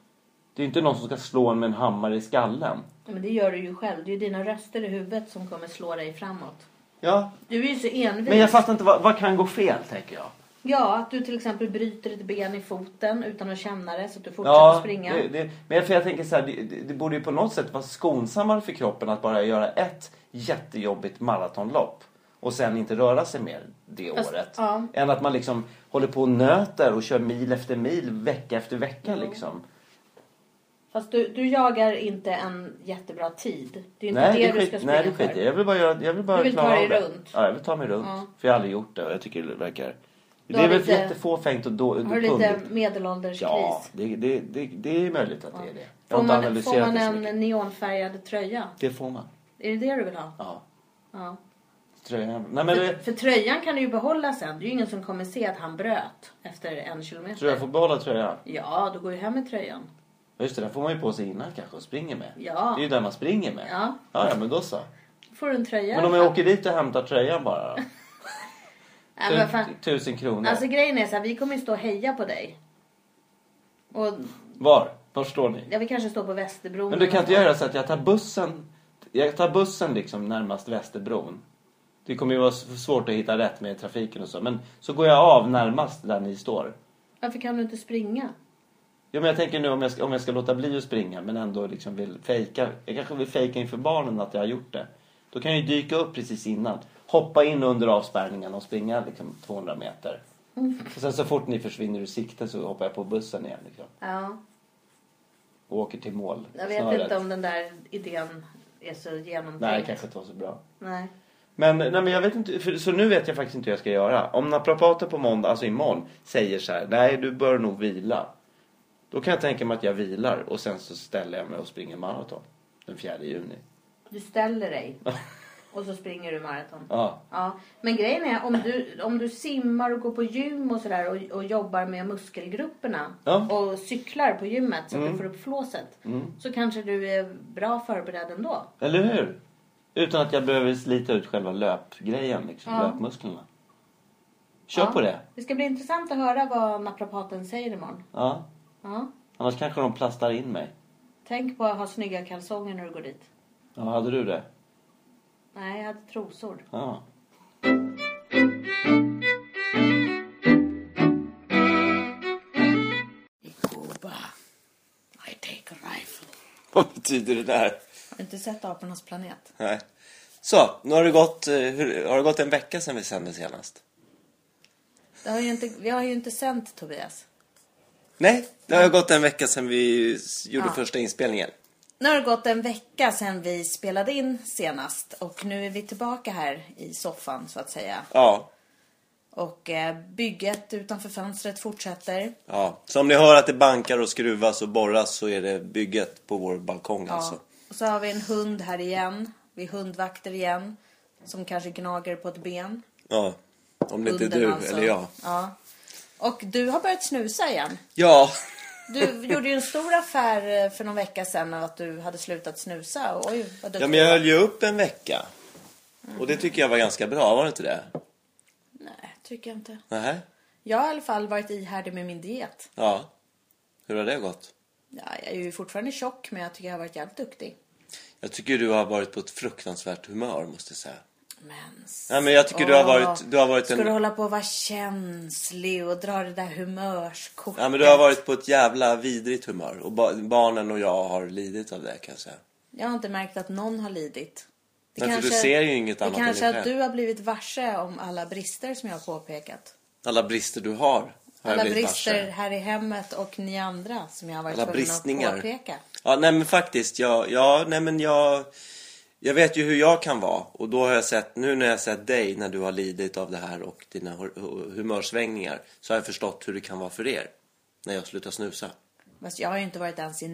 Speaker 2: Det är ju inte någon som ska slå en med en hammare i skallen.
Speaker 1: Ja, Men det gör du ju själv. Det är ju dina röster i huvudet som kommer slå dig framåt.
Speaker 2: Ja.
Speaker 1: Du är ju så envis.
Speaker 2: Men jag fattar inte, vad, vad kan gå fel tänker jag?
Speaker 1: Ja, att du till exempel bryter ett ben i foten utan att känna det så att du fortsätter springa.
Speaker 2: Det, det, men jag, för jag tänker så här, det, det, det borde ju på något sätt vara skonsammare för kroppen att bara göra ett jättejobbigt maratonlopp och sen inte röra sig mer det
Speaker 1: Fast-
Speaker 2: året.
Speaker 1: ja.
Speaker 2: Än att man liksom håller på och nöter och kör mil efter mil, vecka efter vecka liksom.
Speaker 1: Fast du, du jagar inte en jättebra tid. Det är ju inte
Speaker 2: Nej,
Speaker 1: det,
Speaker 2: det,
Speaker 1: du
Speaker 2: skit,
Speaker 1: ska springa
Speaker 2: nej, det
Speaker 1: för.
Speaker 2: skiter jag i. Jag vill bara, göra, jag vill bara
Speaker 1: Du vill ta
Speaker 2: klara
Speaker 1: dig
Speaker 2: av det.
Speaker 1: runt.
Speaker 2: Ja, jag vill ta mig runt.
Speaker 1: Ja.
Speaker 2: För jag har aldrig gjort det och jag tycker det verkar...
Speaker 1: Du
Speaker 2: det
Speaker 1: har
Speaker 2: är väl
Speaker 1: lite-
Speaker 2: jättefåfängt och då,
Speaker 1: Har du
Speaker 2: pundigt.
Speaker 1: lite medelålderskris?
Speaker 2: Ja, det, det, det, det är möjligt att det är det. Jag har
Speaker 1: Får
Speaker 2: inte
Speaker 1: man, får
Speaker 2: analyserat
Speaker 1: man
Speaker 2: det så
Speaker 1: en
Speaker 2: mycket.
Speaker 1: neonfärgad tröja?
Speaker 2: Det får man.
Speaker 1: Är det det du vill ha?
Speaker 2: Ja.
Speaker 1: Ja.
Speaker 2: Tröjan. Nej men
Speaker 1: För,
Speaker 2: det,
Speaker 1: för tröjan kan du ju behålla sen. Det är ju ingen som kommer se att han bröt efter en kilometer.
Speaker 2: tror jag får behålla tröjan.
Speaker 1: Ja, då går du hem med tröjan.
Speaker 2: Ja, Just det, den får man ju på sig innan kanske och springer med.
Speaker 1: Ja.
Speaker 2: Det är ju den man springer med.
Speaker 1: Ja.
Speaker 2: ja, ja, men då så.
Speaker 1: Då får du en tröja.
Speaker 2: Men om jag åker dit och hämtar tröjan bara då?
Speaker 1: Nej, men vad fan.
Speaker 2: Tu- Tusen kronor.
Speaker 1: Alltså grejen är så här, vi kommer ju stå och heja på dig. Och
Speaker 2: Var? Var står ni?
Speaker 1: jag vill kanske stå på Västerbron.
Speaker 2: Men du kan inte göra så att jag tar bussen Jag tar bussen liksom närmast Västerbron. Det kommer ju vara s- svårt att hitta rätt med trafiken och så. Men så går jag av närmast där ni står.
Speaker 1: Varför kan du inte springa?
Speaker 2: Ja, men jag tänker nu om jag, ska, om jag ska låta bli att springa men ändå liksom vill fejka. Jag kanske vill fejka inför barnen att jag har gjort det. Då kan jag ju dyka upp precis innan. Hoppa in under avspärrningen och springa liksom 200 meter.
Speaker 1: Mm.
Speaker 2: Och sen så fort ni försvinner ur sikte så hoppar jag på bussen igen liksom.
Speaker 1: Ja,
Speaker 2: Och åker till mål.
Speaker 1: jag vet inte om den där idén är så genomtänkt.
Speaker 2: Nej, det kanske inte var så bra.
Speaker 1: Nej.
Speaker 2: Men, nej, men jag vet inte, för, så nu vet jag faktiskt inte hur jag ska göra. Om naprapaten på måndag, alltså imorgon, säger så här, nej du bör nog vila. Då kan jag tänka mig att jag vilar och sen så ställer jag mig och springer maraton den 4 juni.
Speaker 1: Du ställer
Speaker 2: [LAUGHS]
Speaker 1: dig och så springer du maraton.
Speaker 2: Ja.
Speaker 1: Ja, men grejen är om du, om du simmar och går på gym och sådär och, och jobbar med muskelgrupperna
Speaker 2: Ja. Mm.
Speaker 1: och cyklar på gymmet så att du får upp flåset så kanske du är bra förberedd ändå.
Speaker 2: Eller hur? Utan att jag behöver slita ut själva löpgrejen, liksom,
Speaker 1: Ja.
Speaker 2: löpmusklerna. Kör
Speaker 1: Ja.
Speaker 2: på det.
Speaker 1: Det ska bli intressant att höra vad naprapaten säger imorgon.
Speaker 2: Ja.
Speaker 1: Ja.
Speaker 2: Annars kanske de plastar in mig.
Speaker 1: Tänk på att ha snygga kalsonger när du går dit.
Speaker 2: Ja, hade du det?
Speaker 1: Nej, jag hade trosor.
Speaker 2: Ja.
Speaker 3: In Cuba, I take a rifle.
Speaker 2: Vad betyder det där?
Speaker 1: Har du inte sett Apornas planet?
Speaker 2: Nej. Så, nu har det gått, eh, hur, har det gått en vecka sedan vi sände senast.
Speaker 1: Det har ju inte, vi har ju inte sänt Tobias.
Speaker 2: Nej, det har gått en vecka sedan vi s- gjorde
Speaker 1: Ja.
Speaker 2: första inspelningen.
Speaker 1: Nu har det gått en vecka sedan vi spelade in senast och nu är vi tillbaka här i soffan så att säga.
Speaker 2: Ja,
Speaker 1: Och eh, bygget utanför fönstret fortsätter.
Speaker 2: ja. Så om ni hör att det bankar och skruvas och borras så är det bygget på vår balkong alltså.
Speaker 1: Och så har vi en hund här igen. Vi är hundvakter igen. Som kanske gnager på ett ben.
Speaker 2: Ja, om det inte är
Speaker 1: Hunden
Speaker 2: du
Speaker 1: alltså.
Speaker 2: eller jag.
Speaker 1: Ja. Och du har börjat snusa igen.
Speaker 2: Ja, [LAUGHS]
Speaker 1: Du gjorde ju en stor affär eh, för någon vecka sedan av att du hade slutat snusa. Och Oj, vad
Speaker 2: ja
Speaker 1: duktig
Speaker 2: men jag höll ju upp en vecka.
Speaker 1: Mm.
Speaker 2: Och det tycker jag var ganska bra, var det inte det?
Speaker 1: Nej, tycker jag inte.
Speaker 2: Nej.
Speaker 1: Jag har i alla fall varit ihärdig med min diet.
Speaker 2: Ja. Hur har det gått?
Speaker 1: Ja, jag är ju fortfarande tjock, men jag tycker jag har varit jävligt duktig.
Speaker 2: Jag tycker du har varit på ett fruktansvärt humör, måste jag säga.
Speaker 1: Men... s-
Speaker 2: Nej, men jag tycker du har
Speaker 1: åh.
Speaker 2: varit- du har varit en-
Speaker 1: Ska du hålla på och vara känslig och dra det där humörskortet?
Speaker 2: Ja, men du har varit på ett jävla vidrigt humör. Och ba- barnen och jag har lidit av det, kan jag säga.
Speaker 1: Jag har inte märkt att någon har lidit. Det
Speaker 2: Nej, för du ser ju inget
Speaker 1: det
Speaker 2: annat än
Speaker 1: kanske
Speaker 2: dig
Speaker 1: att
Speaker 2: själv.
Speaker 1: du har blivit varse om alla brister som jag har påpekat.
Speaker 2: Alla brister du har, har jag
Speaker 1: alla
Speaker 2: blivit
Speaker 1: brister
Speaker 2: varse.
Speaker 1: här i hemmet och ni andra som jag har varit
Speaker 2: Alla
Speaker 1: tvungen
Speaker 2: bristningar.
Speaker 1: att påpeka.
Speaker 2: Ja, nej men faktiskt. Jag, ja, nej men jag... Jag vet ju hur jag kan vara och då har jag sett, nu när jag har sett dig när du har lidit av det här och dina hu- hu- humörsvängningar så har jag förstått hur det kan vara för er när jag slutar snusa.
Speaker 1: Fast jag har ju inte varit ens i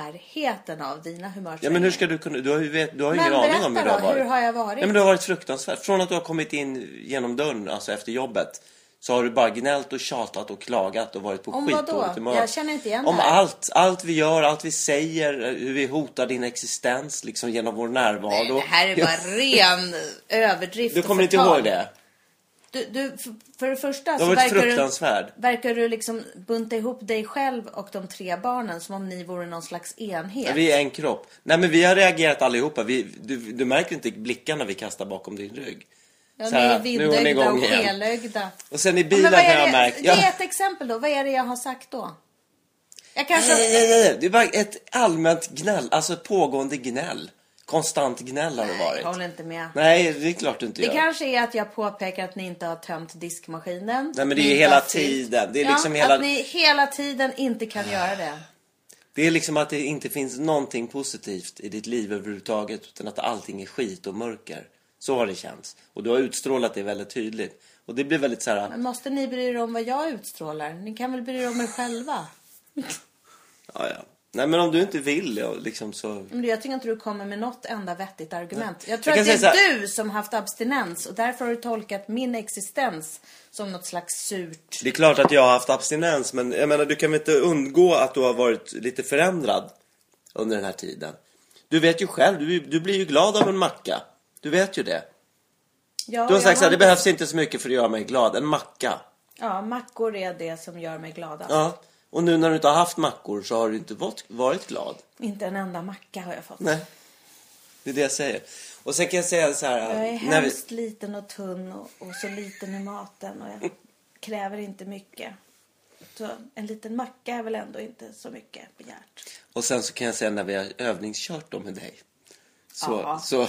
Speaker 1: närheten av dina
Speaker 2: Ja
Speaker 1: humörsvängningar.
Speaker 2: men hur ska du kunna, du har ju, vet, du har ju
Speaker 1: Men
Speaker 2: ingen aning om
Speaker 1: berätta
Speaker 2: hur
Speaker 1: då,
Speaker 2: det har varit.
Speaker 1: hur har jag varit?
Speaker 2: Nej men det har varit fruktansvärt. Från att du har kommit in genom dörren, alltså efter jobbet, så har du bara gnällt och tjatat och klagat och varit på
Speaker 1: Om
Speaker 2: skitdåligt
Speaker 1: vadå?
Speaker 2: humör.
Speaker 1: Jag känner inte igen
Speaker 2: Om
Speaker 1: det här.
Speaker 2: allt, allt vi gör, allt vi säger, hur vi hotar din existens liksom genom vår närvaro.
Speaker 1: Nej, det här är bara
Speaker 2: [LAUGHS]
Speaker 1: ren överdrift
Speaker 2: Du
Speaker 1: och
Speaker 2: kommer inte
Speaker 1: förtal.
Speaker 2: ihåg det?
Speaker 1: Du, du, för, för det första
Speaker 2: Du
Speaker 1: så
Speaker 2: har varit
Speaker 1: verkar
Speaker 2: fruktansvärd.
Speaker 1: du, verkar du liksom bunta ihop dig själv och de tre barnen som om ni vore någon slags enhet.
Speaker 2: Vi är en kropp. Nej men vi har reagerat allihopa. Vi, du, du märker inte blickarna vi kastar bakom din rygg.
Speaker 1: Ja,
Speaker 2: Så
Speaker 1: ni är
Speaker 2: här, nu är hon
Speaker 1: vindögda
Speaker 2: igång
Speaker 1: och
Speaker 2: igen.
Speaker 1: skelögda.
Speaker 2: Och sen i
Speaker 1: Ja,
Speaker 2: bilen
Speaker 1: men vad
Speaker 2: har
Speaker 1: är
Speaker 2: jag
Speaker 1: det-
Speaker 2: märkt...
Speaker 1: Ge ett exempel då. Vad är det jag har sagt då? Jag kanske...
Speaker 2: Nej, nej, nej, nej. Det är bara ett allmänt gnäll. Alltså ett pågående gnäll. Konstant gnäll har det
Speaker 1: Jag
Speaker 2: varit.
Speaker 1: håller inte med.
Speaker 2: Nej, det är klart du inte
Speaker 1: Det
Speaker 2: gör.
Speaker 1: kanske är att jag påpekar att ni inte har tömt diskmaskinen.
Speaker 2: Nej, men
Speaker 1: att
Speaker 2: det
Speaker 1: ni
Speaker 2: är ju
Speaker 1: inte
Speaker 2: hela
Speaker 1: har fyllt-
Speaker 2: tiden. Det är
Speaker 1: ja,
Speaker 2: liksom hela-
Speaker 1: att ni hela tiden inte kan göra det.
Speaker 2: Det är liksom att det inte finns någonting positivt i ditt liv överhuvudtaget. Utan att allting är skit och mörker. Så har det känts. Och du har utstrålat det väldigt tydligt. Och det blir väldigt så här...
Speaker 1: Men måste ni bry er om vad jag utstrålar? Ni kan väl bry er om er själva?
Speaker 2: Ja, ja. Nej, men om du inte vill ja, liksom så...
Speaker 1: Men jag tycker inte du kommer med något enda vettigt argument. Jag tror
Speaker 2: Jag
Speaker 1: att
Speaker 2: kan
Speaker 1: det
Speaker 2: säga så
Speaker 1: är du som har haft abstinens och därför har du tolkat min existens som något slags surt
Speaker 2: Det är klart att jag har haft abstinens, men jag menar, du kan väl inte undgå att du har varit lite förändrad under den här tiden? Du vet ju själv, du, du blir ju glad av en macka. Du vet ju det.
Speaker 1: Ja,
Speaker 2: Du har
Speaker 1: jag
Speaker 2: sagt så här, det
Speaker 1: inte-
Speaker 2: behövs inte så mycket för att göra mig glad. En macka.
Speaker 1: Ja, mackor är det som gör mig glada.
Speaker 2: Ja. Och nu när du inte har haft mackor så har du inte varit, varit glad.
Speaker 1: Inte en enda macka har jag fått.
Speaker 2: Nej. Det är det jag säger. Och sen kan jag säga så här...
Speaker 1: Jag är
Speaker 2: när vi-
Speaker 1: hemskt liten och tunn och, och så liten i maten och jag kräver inte mycket. Så en liten macka är väl ändå inte så mycket begärt.
Speaker 2: Och sen så kan jag säga när vi har övningskört dem med dig. Så,
Speaker 1: Ja.
Speaker 2: så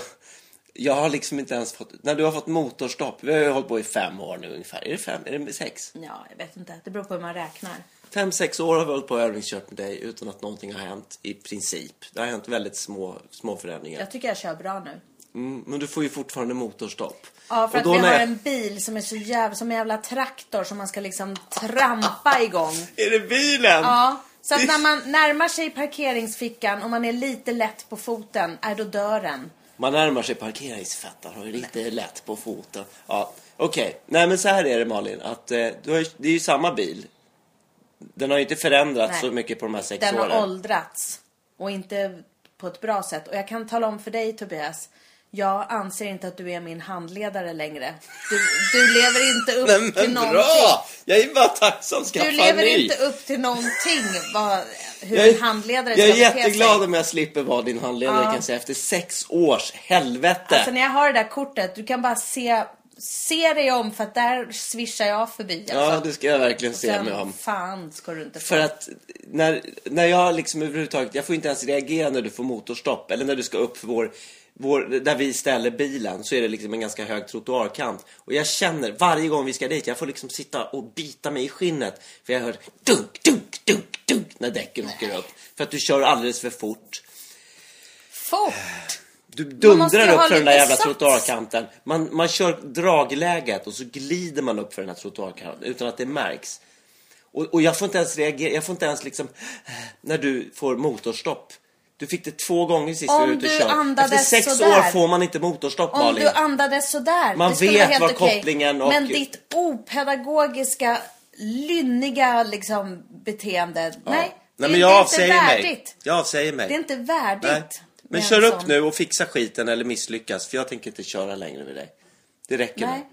Speaker 2: jag har liksom inte ens fått, när du har fått motorstopp, vi har ju hållit på i fem år nu ungefär, är det fem, är det sex?
Speaker 1: Ja, jag vet inte. Det beror på hur man räknar.
Speaker 2: Fem, sex år har vi hållit på och övningskört med dig utan att någonting har hänt i princip. Det har hänt väldigt små, små förändringar.
Speaker 1: Jag tycker jag kör bra nu.
Speaker 2: Mm, men du får ju fortfarande motorstopp.
Speaker 1: Ja, för
Speaker 2: Och
Speaker 1: att
Speaker 2: då
Speaker 1: vi
Speaker 2: när
Speaker 1: har
Speaker 2: jag-
Speaker 1: en bil som är så jävla, som en jävla traktor som man ska liksom trampa igång.
Speaker 2: Är det bilen?
Speaker 1: Ja, så att när man närmar sig parkeringsfickan och man är lite lätt på foten, är då dörren.
Speaker 2: Man närmar sig parkeringsfettan och är lite lätt på foten. Ja, Okej, nej men så här är det Malin, att eh, du har, ju- det är ju samma bil. Den har ju inte förändrats
Speaker 1: Nej.
Speaker 2: så mycket på de här sex
Speaker 1: Den
Speaker 2: åren.
Speaker 1: har åldrats och inte på ett bra sätt. Och jag kan tala om för dig Tobias, jag anser inte att du är min handledare längre. Du, du lever inte upp
Speaker 2: Nej
Speaker 1: till
Speaker 2: men
Speaker 1: någonting.
Speaker 2: bra! Jag är bara tacksam, skaffa
Speaker 1: Du lever
Speaker 2: en ny.
Speaker 1: inte upp till någonting vad, hur
Speaker 2: Jag är-
Speaker 1: en handledare
Speaker 2: Jag är
Speaker 1: ska bete sig.
Speaker 2: jätteglad om jag slipper vara din handledare kan jag säga efter sex års helvete.
Speaker 1: Alltså när jag har det där kortet, du kan bara se, se dig om för att där svischar jag förbi.
Speaker 2: Ja,
Speaker 1: Alltså.
Speaker 2: det ska jag verkligen se mig
Speaker 1: Sen
Speaker 2: om.
Speaker 1: fan ska du inte få.
Speaker 2: För att när, när jag liksom överhuvudtaget, jag får inte ens reagera när du får motorstopp eller när du ska upp för vår, vår, där vi ställer bilen så är det liksom en ganska hög trottoarkant. Och jag känner varje gång vi ska dit, jag får liksom sitta och bita mig i skinnet för jag hör dunk, dunk, dunk, dunk när däcken åker upp. För att du kör alldeles för fort.
Speaker 1: Fort!
Speaker 2: Du
Speaker 1: måste ju
Speaker 2: dundrar upp
Speaker 1: ha
Speaker 2: för den där
Speaker 1: lite
Speaker 2: jävla
Speaker 1: sats.
Speaker 2: trottoarkanten. Man, man kör dragläget och så glider man upp för den här trottoarkanten utan att det märks. Och, och jag får inte ens reagera, jag får inte ens liksom... När du får motorstopp. Du fick det två gånger sist
Speaker 1: Om
Speaker 2: vi var ute och
Speaker 1: du
Speaker 2: körde. Efter
Speaker 1: andades
Speaker 2: sex
Speaker 1: sådär.
Speaker 2: år får man inte motorstopp
Speaker 1: Om
Speaker 2: Malin.
Speaker 1: du andades sådär.
Speaker 2: Man
Speaker 1: det skulle
Speaker 2: vet
Speaker 1: vara helt
Speaker 2: vad
Speaker 1: okej.
Speaker 2: kopplingen och-
Speaker 1: Men ditt opedagogiska, lynniga liksom, beteende.
Speaker 2: Ja.
Speaker 1: Nej,
Speaker 2: Nej
Speaker 1: det,
Speaker 2: men
Speaker 1: det
Speaker 2: jag
Speaker 1: är
Speaker 2: avsäger
Speaker 1: inte
Speaker 2: mig.
Speaker 1: värdigt.
Speaker 2: Jag avsäger mig.
Speaker 1: Det är inte värdigt.
Speaker 2: Nej.
Speaker 1: med
Speaker 2: Men
Speaker 1: en
Speaker 2: kör upp
Speaker 1: sån.
Speaker 2: nu och fixa skiten eller misslyckas för jag tänker inte köra längre med dig. Det räcker nu.
Speaker 1: Nej.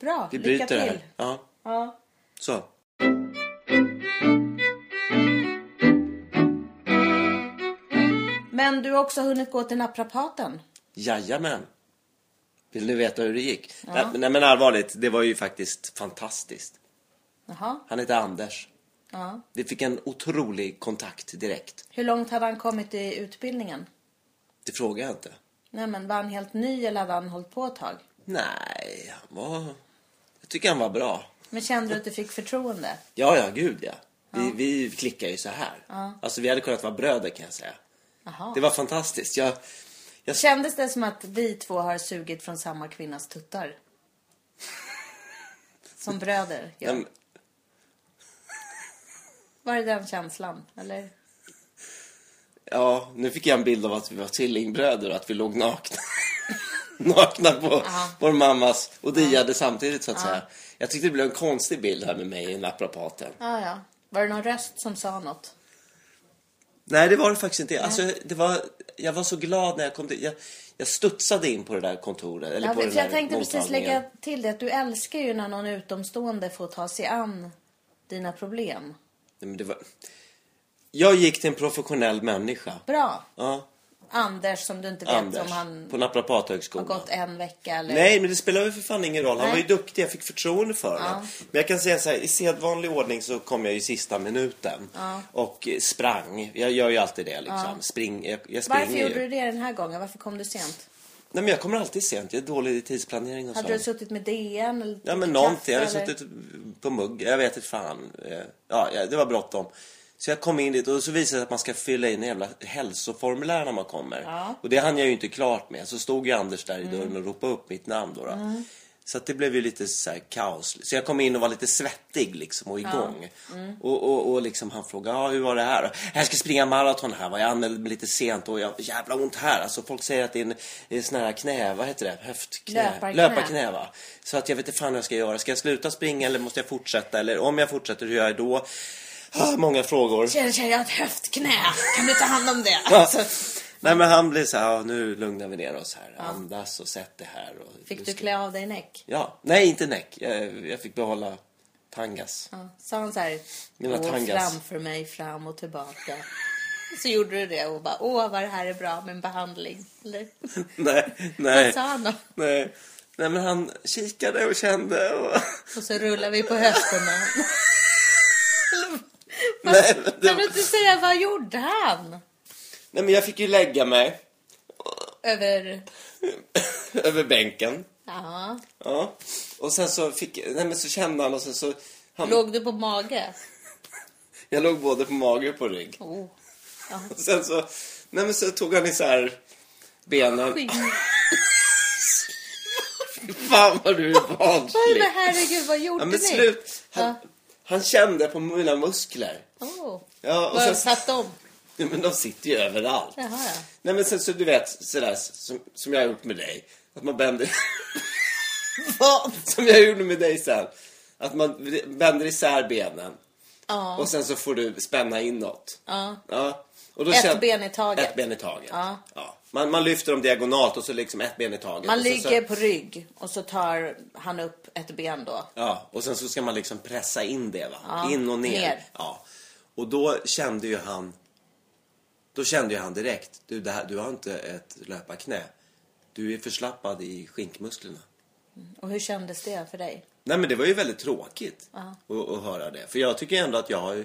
Speaker 1: Bra,
Speaker 2: Vi
Speaker 1: lycka
Speaker 2: bryter
Speaker 1: till.
Speaker 2: det här. Ja,
Speaker 1: Ja.
Speaker 2: så.
Speaker 1: Men du har också hunnit gå till naprapaten.
Speaker 2: Jajamän. Vill du veta hur det gick? Nej, men- nej men allvarligt, det var ju faktiskt fantastiskt.
Speaker 1: Jaha.
Speaker 2: Han heter Anders.
Speaker 1: Ja.
Speaker 2: Vi fick en otrolig kontakt direkt.
Speaker 1: Hur långt hade han kommit i utbildningen?
Speaker 2: Det frågar jag inte.
Speaker 1: Nej men var han helt ny eller hade han hållit på ett tag?
Speaker 2: Nej, han var... Jag tycker han var bra.
Speaker 1: Men kände du att du fick förtroende?
Speaker 2: Ja, ja, gud ja. Vi, vi klickar ju så här. Alltså vi hade kunnat vara bröder kan jag säga.
Speaker 1: Jaha.
Speaker 2: Det var fantastiskt. Jag, jag,
Speaker 1: Kändes det som att vi två har sugit från samma kvinnas tuttar? Som bröder? Ja.
Speaker 2: Nej, men-
Speaker 1: Var det den känslan? Eller?
Speaker 2: Ja, nu fick jag en bild av att vi var tvillingbröder och att vi låg nakna. [LAUGHS] nakna på vår mammas och diade samtidigt så att säga. Jag tyckte det blev en konstig bild här med mig i naprapaten.
Speaker 1: Ah, ja. Var det någon röst som sa något?
Speaker 2: Nej, det var det faktiskt inte. Alltså, det var, jag var så glad när jag kom dit. Jag, jag studsade in på det där kontoret. Eller
Speaker 1: Ja,
Speaker 2: på
Speaker 1: för
Speaker 2: den
Speaker 1: jag
Speaker 2: där
Speaker 1: tänkte precis
Speaker 2: mottagningen.
Speaker 1: lägga till det att du älskar ju när någon utomstående får ta sig an dina problem.
Speaker 2: Nej, men det var... Jag gick till en professionell människa.
Speaker 1: Bra.
Speaker 2: Ja,
Speaker 1: Anders som du inte vet
Speaker 2: Anders.
Speaker 1: om han
Speaker 2: På
Speaker 1: har
Speaker 2: Naprapathögskolan.
Speaker 1: gått en vecka eller...
Speaker 2: Nej, men det spelar väl för fan ingen roll. Han
Speaker 1: Eh. Nej.
Speaker 2: var ju duktig, jag fick förtroende för honom. Men jag kan säga så här, i sedvanlig ordning så kom jag ju sista minuten. Och eh, sprang. Jag gör ju alltid det liksom. Spring, jag, jag springer
Speaker 1: Varför gjorde
Speaker 2: ju.
Speaker 1: du det den här gången? Varför kom du sent?
Speaker 2: Nej, men jag kommer alltid sent. Jag är dålig i tidsplanering och
Speaker 1: Hade du
Speaker 2: sånt.
Speaker 1: suttit med DN eller
Speaker 2: Ja, men
Speaker 1: druckit
Speaker 2: någonting. Jag
Speaker 1: kaffe,
Speaker 2: hade
Speaker 1: eller?
Speaker 2: suttit på mugg. Jag vet inte fan. Eh, Ja, ja, det var bråttom. Så jag kom in dit och så visade det sig att man ska fylla in en jävla hälsoformulär när man kommer. Och det hann jag ju inte klart med. Så stod ju Anders där i
Speaker 1: Mm.
Speaker 2: dörren och ropade upp mitt namn då. då. Så att det blev ju lite så här kaos. Så jag kom in och var lite svettig liksom och igång.
Speaker 1: Mm.
Speaker 2: Och, och, och liksom han frågade, ja hur var det här? Jag ska springa maraton här va? Jag anmälde mig lite sent och jag, jävla ont här. Alltså folk säger att det är en, en sån här knä, vad heter det? Höftknä?
Speaker 1: Löparknä.
Speaker 2: Löparknä va? va? Så att jag vet inte fan hur jag ska göra. Ska jag sluta springa eller måste jag fortsätta? Eller om jag fortsätter, hur gör jag då? Ah, många frågor.
Speaker 1: Tjena, tjena, jag har ett höftknä. Kan du ta hand om det?
Speaker 2: Nej men han blir så här, "Ah, nu lugnar vi ner oss här. Andas och sätt det här. Och
Speaker 1: Fick
Speaker 2: nu
Speaker 1: du
Speaker 2: ska-
Speaker 1: klä av dig näck?
Speaker 2: Ja. Nej, inte näck. Jag, jag fick behålla tangas. [LAUGHS]
Speaker 1: Ja. Sa han så här,
Speaker 2: Mina
Speaker 1: gå
Speaker 2: tangas."
Speaker 1: framför mig, fram och tillbaka. Så gjorde du det och bara, åh vad det här är bra med en behandling. Eller?
Speaker 2: nej, nej.
Speaker 1: Vad sa han då?
Speaker 2: Nej. Nej men han kikade och
Speaker 1: [LAUGHS]
Speaker 2: kände och...
Speaker 1: Och så rullar vi på höfterna.
Speaker 2: [LAUGHS] Nej, men det...
Speaker 1: Kan du inte säga, vad gjorde han?
Speaker 2: nej men jag fick ju lägga mig
Speaker 1: Över,
Speaker 2: över bänken.
Speaker 1: ja.
Speaker 2: Ja. Och sen så fick... Nej men så kände han och sen så... Han...
Speaker 1: Låg du på mage?
Speaker 2: Jag låg både på mage och på rygg.
Speaker 1: Oh.
Speaker 2: Och sen så, nej men så tog han isär benen.
Speaker 1: Skit.
Speaker 2: Fan vad du är
Speaker 1: Oj,
Speaker 2: barnslig.
Speaker 1: men herregud, vad gjorde
Speaker 2: Ja, men
Speaker 1: ni?
Speaker 2: slut. Han,
Speaker 1: Ja.
Speaker 2: han kände på mina muskler.
Speaker 1: Oh.
Speaker 2: Ja, och
Speaker 1: Var
Speaker 2: sen,
Speaker 1: satt de?
Speaker 2: nej, [LAUGHS] men de sitter ju överallt.
Speaker 1: Jaha, ja.
Speaker 2: Nej men sen så du vet, sådär som, som jag har gjort med dig. Att man bänder... [LAUGHS] Vad? Som jag gjorde med dig sen. Att man bänder isär benen.
Speaker 1: Ja.
Speaker 2: Och sen så får du spänna inåt.
Speaker 1: Ja.
Speaker 2: ja. Och då
Speaker 1: Ett
Speaker 2: känn-
Speaker 1: ben i taget.
Speaker 2: Ett ben i taget.
Speaker 1: Ja.
Speaker 2: Man, man lyfter dem diagonalt och så liksom ett ben i taget.
Speaker 1: Man
Speaker 2: och sen
Speaker 1: ligger
Speaker 2: Så,
Speaker 1: på rygg och så tar han upp ett ben då.
Speaker 2: ja, och sen så ska man liksom pressa in det va?
Speaker 1: Ja,
Speaker 2: In och ner.
Speaker 1: ner.
Speaker 2: Ja. Och då kände ju han... Då kände ju han direkt. Du, det här, du har inte ett löparknä. Du är förslappad i skinkmusklerna.
Speaker 1: Och hur kändes det för dig?
Speaker 2: Nej men det var ju väldigt tråkigt att, att höra det. För jag tycker ändå att jag har ju,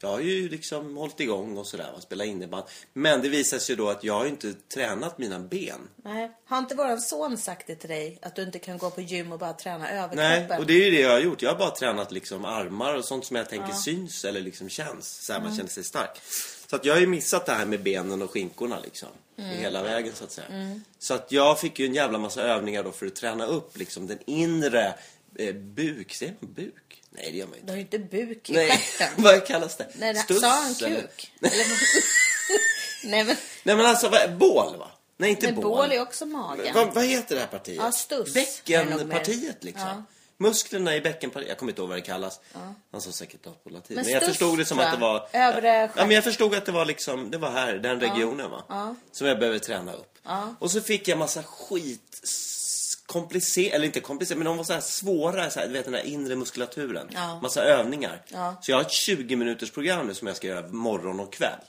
Speaker 2: jag har ju liksom hållit igång och sådär och spelat innebandy. Men det visar sig då att jag har ju inte tränat mina ben.
Speaker 1: Nej. Har inte våran son sagt det till dig? Att du inte kan gå på gym och bara träna överkroppen?
Speaker 2: Nej, och det är ju det jag har gjort. Jag har bara tränat liksom armar och sånt som jag tänker syns eller liksom känns. Så här, man känner sig stark. Så att jag har ju missat det här med benen och skinkorna liksom.
Speaker 1: Mm.
Speaker 2: Hela vägen så att säga. Så att jag fick ju en jävla massa övningar då för att träna upp liksom den inre eh, buk. Säger man buk? Nej det gör man ju inte.
Speaker 1: Du har ju inte buk i
Speaker 2: Nej,
Speaker 1: stjärten.
Speaker 2: [LAUGHS] vad kallas det?
Speaker 1: Nej, det
Speaker 2: Studs,
Speaker 1: sa han
Speaker 2: eller? [LAUGHS]
Speaker 1: kuk? Eller... [LAUGHS] Nej, men
Speaker 2: Nej men alltså, vad, bål va? Nej inte
Speaker 1: men
Speaker 2: bål.
Speaker 1: bål är också magen.
Speaker 2: vad, vad heter det här partiet?
Speaker 1: Ja, stuss är det nog mer.
Speaker 2: Bäckenpartiet liksom.
Speaker 1: Ja.
Speaker 2: Musklerna i bäckenpartiet, jag kommer inte ihåg vad det kallas. Han sa säkert något på latin. Men,
Speaker 1: Men
Speaker 2: jag
Speaker 1: stuss,
Speaker 2: förstod det som
Speaker 1: tror
Speaker 2: att det
Speaker 1: jag.
Speaker 2: var...
Speaker 1: Övre
Speaker 2: ja, men jag förstod att det var liksom, det var här, den regionen va. Som jag behöver träna upp. Och så fick jag massa skit komplicerat, eller inte komplicerat, men de var så här svåra, så här, du vet den här inre muskulaturen. Massa övningar. Så jag har ett 20 minuters program nu som jag ska göra morgon och kväll.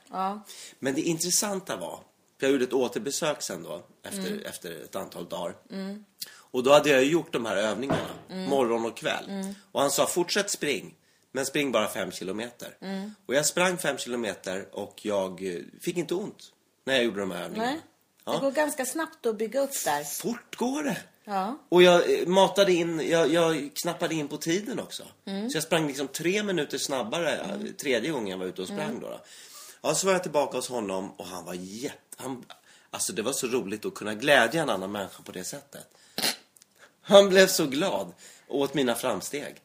Speaker 2: Men det intressanta var, för jag gjorde ett återbesök sen då, efter, efter ett antal dagar. Mm. Och då hade jag ju gjort de här övningarna, morgon och kväll. Och han sa, fortsätt spring, men spring bara fem kilometer. Och jag sprang fem kilometer och jag eh, fick inte ont när jag gjorde de här övningarna.
Speaker 1: Nej.
Speaker 2: Ja.
Speaker 1: Det går ganska snabbt att bygga upp där.
Speaker 2: Fort går det!
Speaker 1: Ja.
Speaker 2: Och jag eh, matade in, jag, jag knappade in på tiden också. Så jag sprang liksom tre minuter snabbare eh, tredje gången jag var ute och sprang då, då. Ja, så var jag tillbaka hos honom och han var jätte... Han, alltså det var så roligt att kunna glädja en annan människa på det sättet. Han blev så glad åt mina framsteg.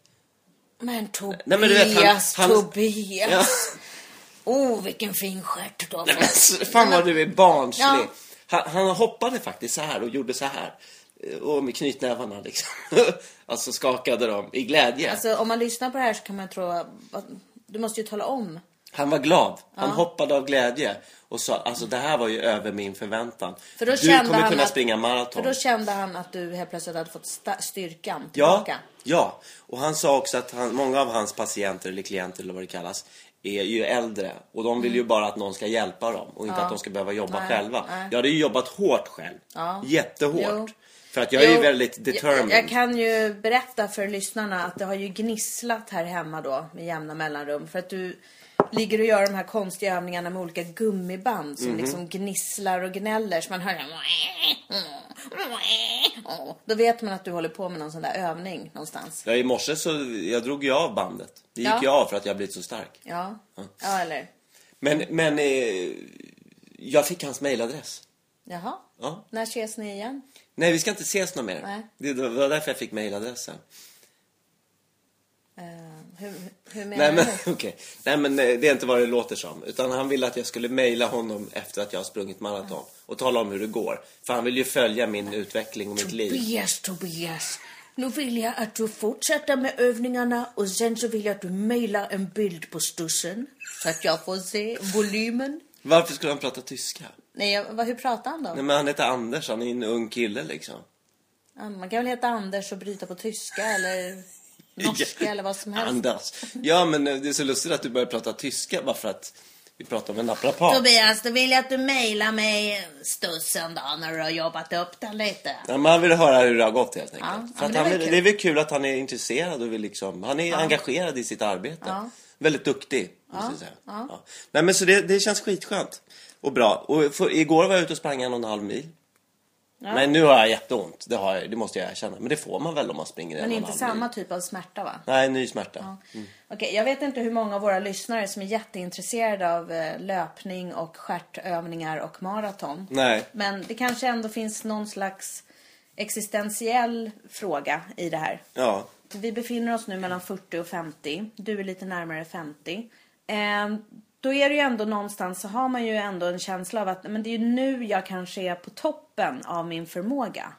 Speaker 4: Men Tobias,
Speaker 2: Nej, men du vet, han- han-
Speaker 4: Tobias.
Speaker 2: Ja.
Speaker 4: Oh, vilken fin stjärt du har
Speaker 2: Nej,
Speaker 4: fått.
Speaker 2: men alltså, [LAUGHS] fan vad du är barnslig.
Speaker 4: Ja.
Speaker 2: Han, han hoppade faktiskt så här och gjorde så här. Eh, Och med knytnävarna liksom. [LAUGHS] alltså skakade dem i glädje.
Speaker 1: Alltså, om man lyssnar på det här så kan man tro att du måste ju tala om.
Speaker 2: Han var glad. Han hoppade av glädje och sa alltså det här var ju över min förväntan.
Speaker 1: För då
Speaker 2: du
Speaker 1: kände
Speaker 2: kommer
Speaker 1: han
Speaker 2: kunna
Speaker 1: att-
Speaker 2: springa maraton.
Speaker 1: För då kände han att du helt plötsligt hade fått sta- styrkan
Speaker 2: ja,
Speaker 1: tillbaka.
Speaker 2: ja, och han sa också att han, många av hans patienter eller klienter eller vad det kallas är ju äldre och de vill ju bara att någon ska hjälpa dem och inte att de ska behöva jobba
Speaker 1: Nej,
Speaker 2: själva.
Speaker 1: nej.
Speaker 2: Jag hade ju jobbat hårt själv.
Speaker 1: Ja.
Speaker 2: Jättehårt.
Speaker 1: Jo.
Speaker 2: För att jag är ju
Speaker 1: Jo,
Speaker 2: väldigt determined.
Speaker 1: Jag, jag kan ju berätta för lyssnarna att det har ju gnisslat här hemma då med jämna mellanrum. För att du ligger och gör de här konstiga övningarna med olika gummiband
Speaker 2: Mhm.
Speaker 1: som liksom gnisslar och gnäller. Så man hör Då vet man att du håller på med någon sån där övning någonstans.
Speaker 2: Ja, I morse så jag drog ju av bandet. Det gick
Speaker 1: Ja.
Speaker 2: jag av för att jag blivit så stark.
Speaker 1: Ja, ja eller?
Speaker 2: Men, men eh, jag fick hans mailadress.
Speaker 1: Jaha.
Speaker 2: Ja.
Speaker 1: När ses ni igen?
Speaker 2: Nej, vi ska inte ses något mer.
Speaker 1: Nej.
Speaker 2: Det det var därför jag fick mejladressen.
Speaker 1: Eh, hur, hur menar
Speaker 2: Nej men, [LAUGHS]
Speaker 1: du?
Speaker 2: okej. Nej, men eh, det är inte vad det låter som. Utan han ville att jag skulle mejla honom efter att jag har sprungit maraton. Och tala om hur det går. För han vill ju följa min utveckling och mitt liv.
Speaker 4: Tobias, Tobias. Nu vill jag att du fortsätter med övningarna och sen så vill jag att du mejlar en bild på stussen.
Speaker 1: Så att jag får se volymen.
Speaker 2: Varför skulle han prata tyska?
Speaker 1: Nej, jag, vad, hur pratar han då?
Speaker 2: Nej, men han heter Anders. Han är en ung kille liksom.
Speaker 1: Ja, Man kan väl heta Anders och bryta på tyska eller norska eller vad som helst.
Speaker 2: [LAUGHS] Anders. Ja, men eh, det är så lustigt att du börjar prata tyska bara för att vi pratar om en naprapat.
Speaker 1: Tobias, då vill jag att du mejlar mig stussen då när du har jobbat upp den lite.
Speaker 2: Ja, men han vill höra hur det har gått helt enkelt.
Speaker 1: Ja, ja,
Speaker 2: För
Speaker 1: men
Speaker 2: att
Speaker 1: det är
Speaker 2: han
Speaker 1: väl
Speaker 2: vill,
Speaker 1: kul.
Speaker 2: det är väl kul att han är intresserad och vill liksom, han är engagerad i sitt arbete. Väldigt duktig, måste jag säga. Ja. Nej, men så det, det känns skitskönt och bra. Och för, igår var jag ute och sprang en och en halv mil. Men nu har jag jätteont, det, har jag, det måste jag erkänna. Men det får man väl om man springer
Speaker 1: Men
Speaker 2: en och en
Speaker 1: inte
Speaker 2: halv
Speaker 1: samma
Speaker 2: mil.
Speaker 1: typ av smärta va?
Speaker 2: Nej, ny smärta.
Speaker 1: Mm. Okej, jag vet inte hur många av våra lyssnare som är jätteintresserade av eh, löpning och stjärtövningar och maraton.
Speaker 2: Nej.
Speaker 1: Men det kanske ändå finns någon slags existentiell fråga i det här.
Speaker 2: Ja.
Speaker 1: Vi befinner oss nu mellan 40 och 50. Du är lite närmare 50. Eh, då är det ju ändå någonstans så har man ju ändå en känsla av att men det är ju nu jag kanske är på toppen av min förmåga.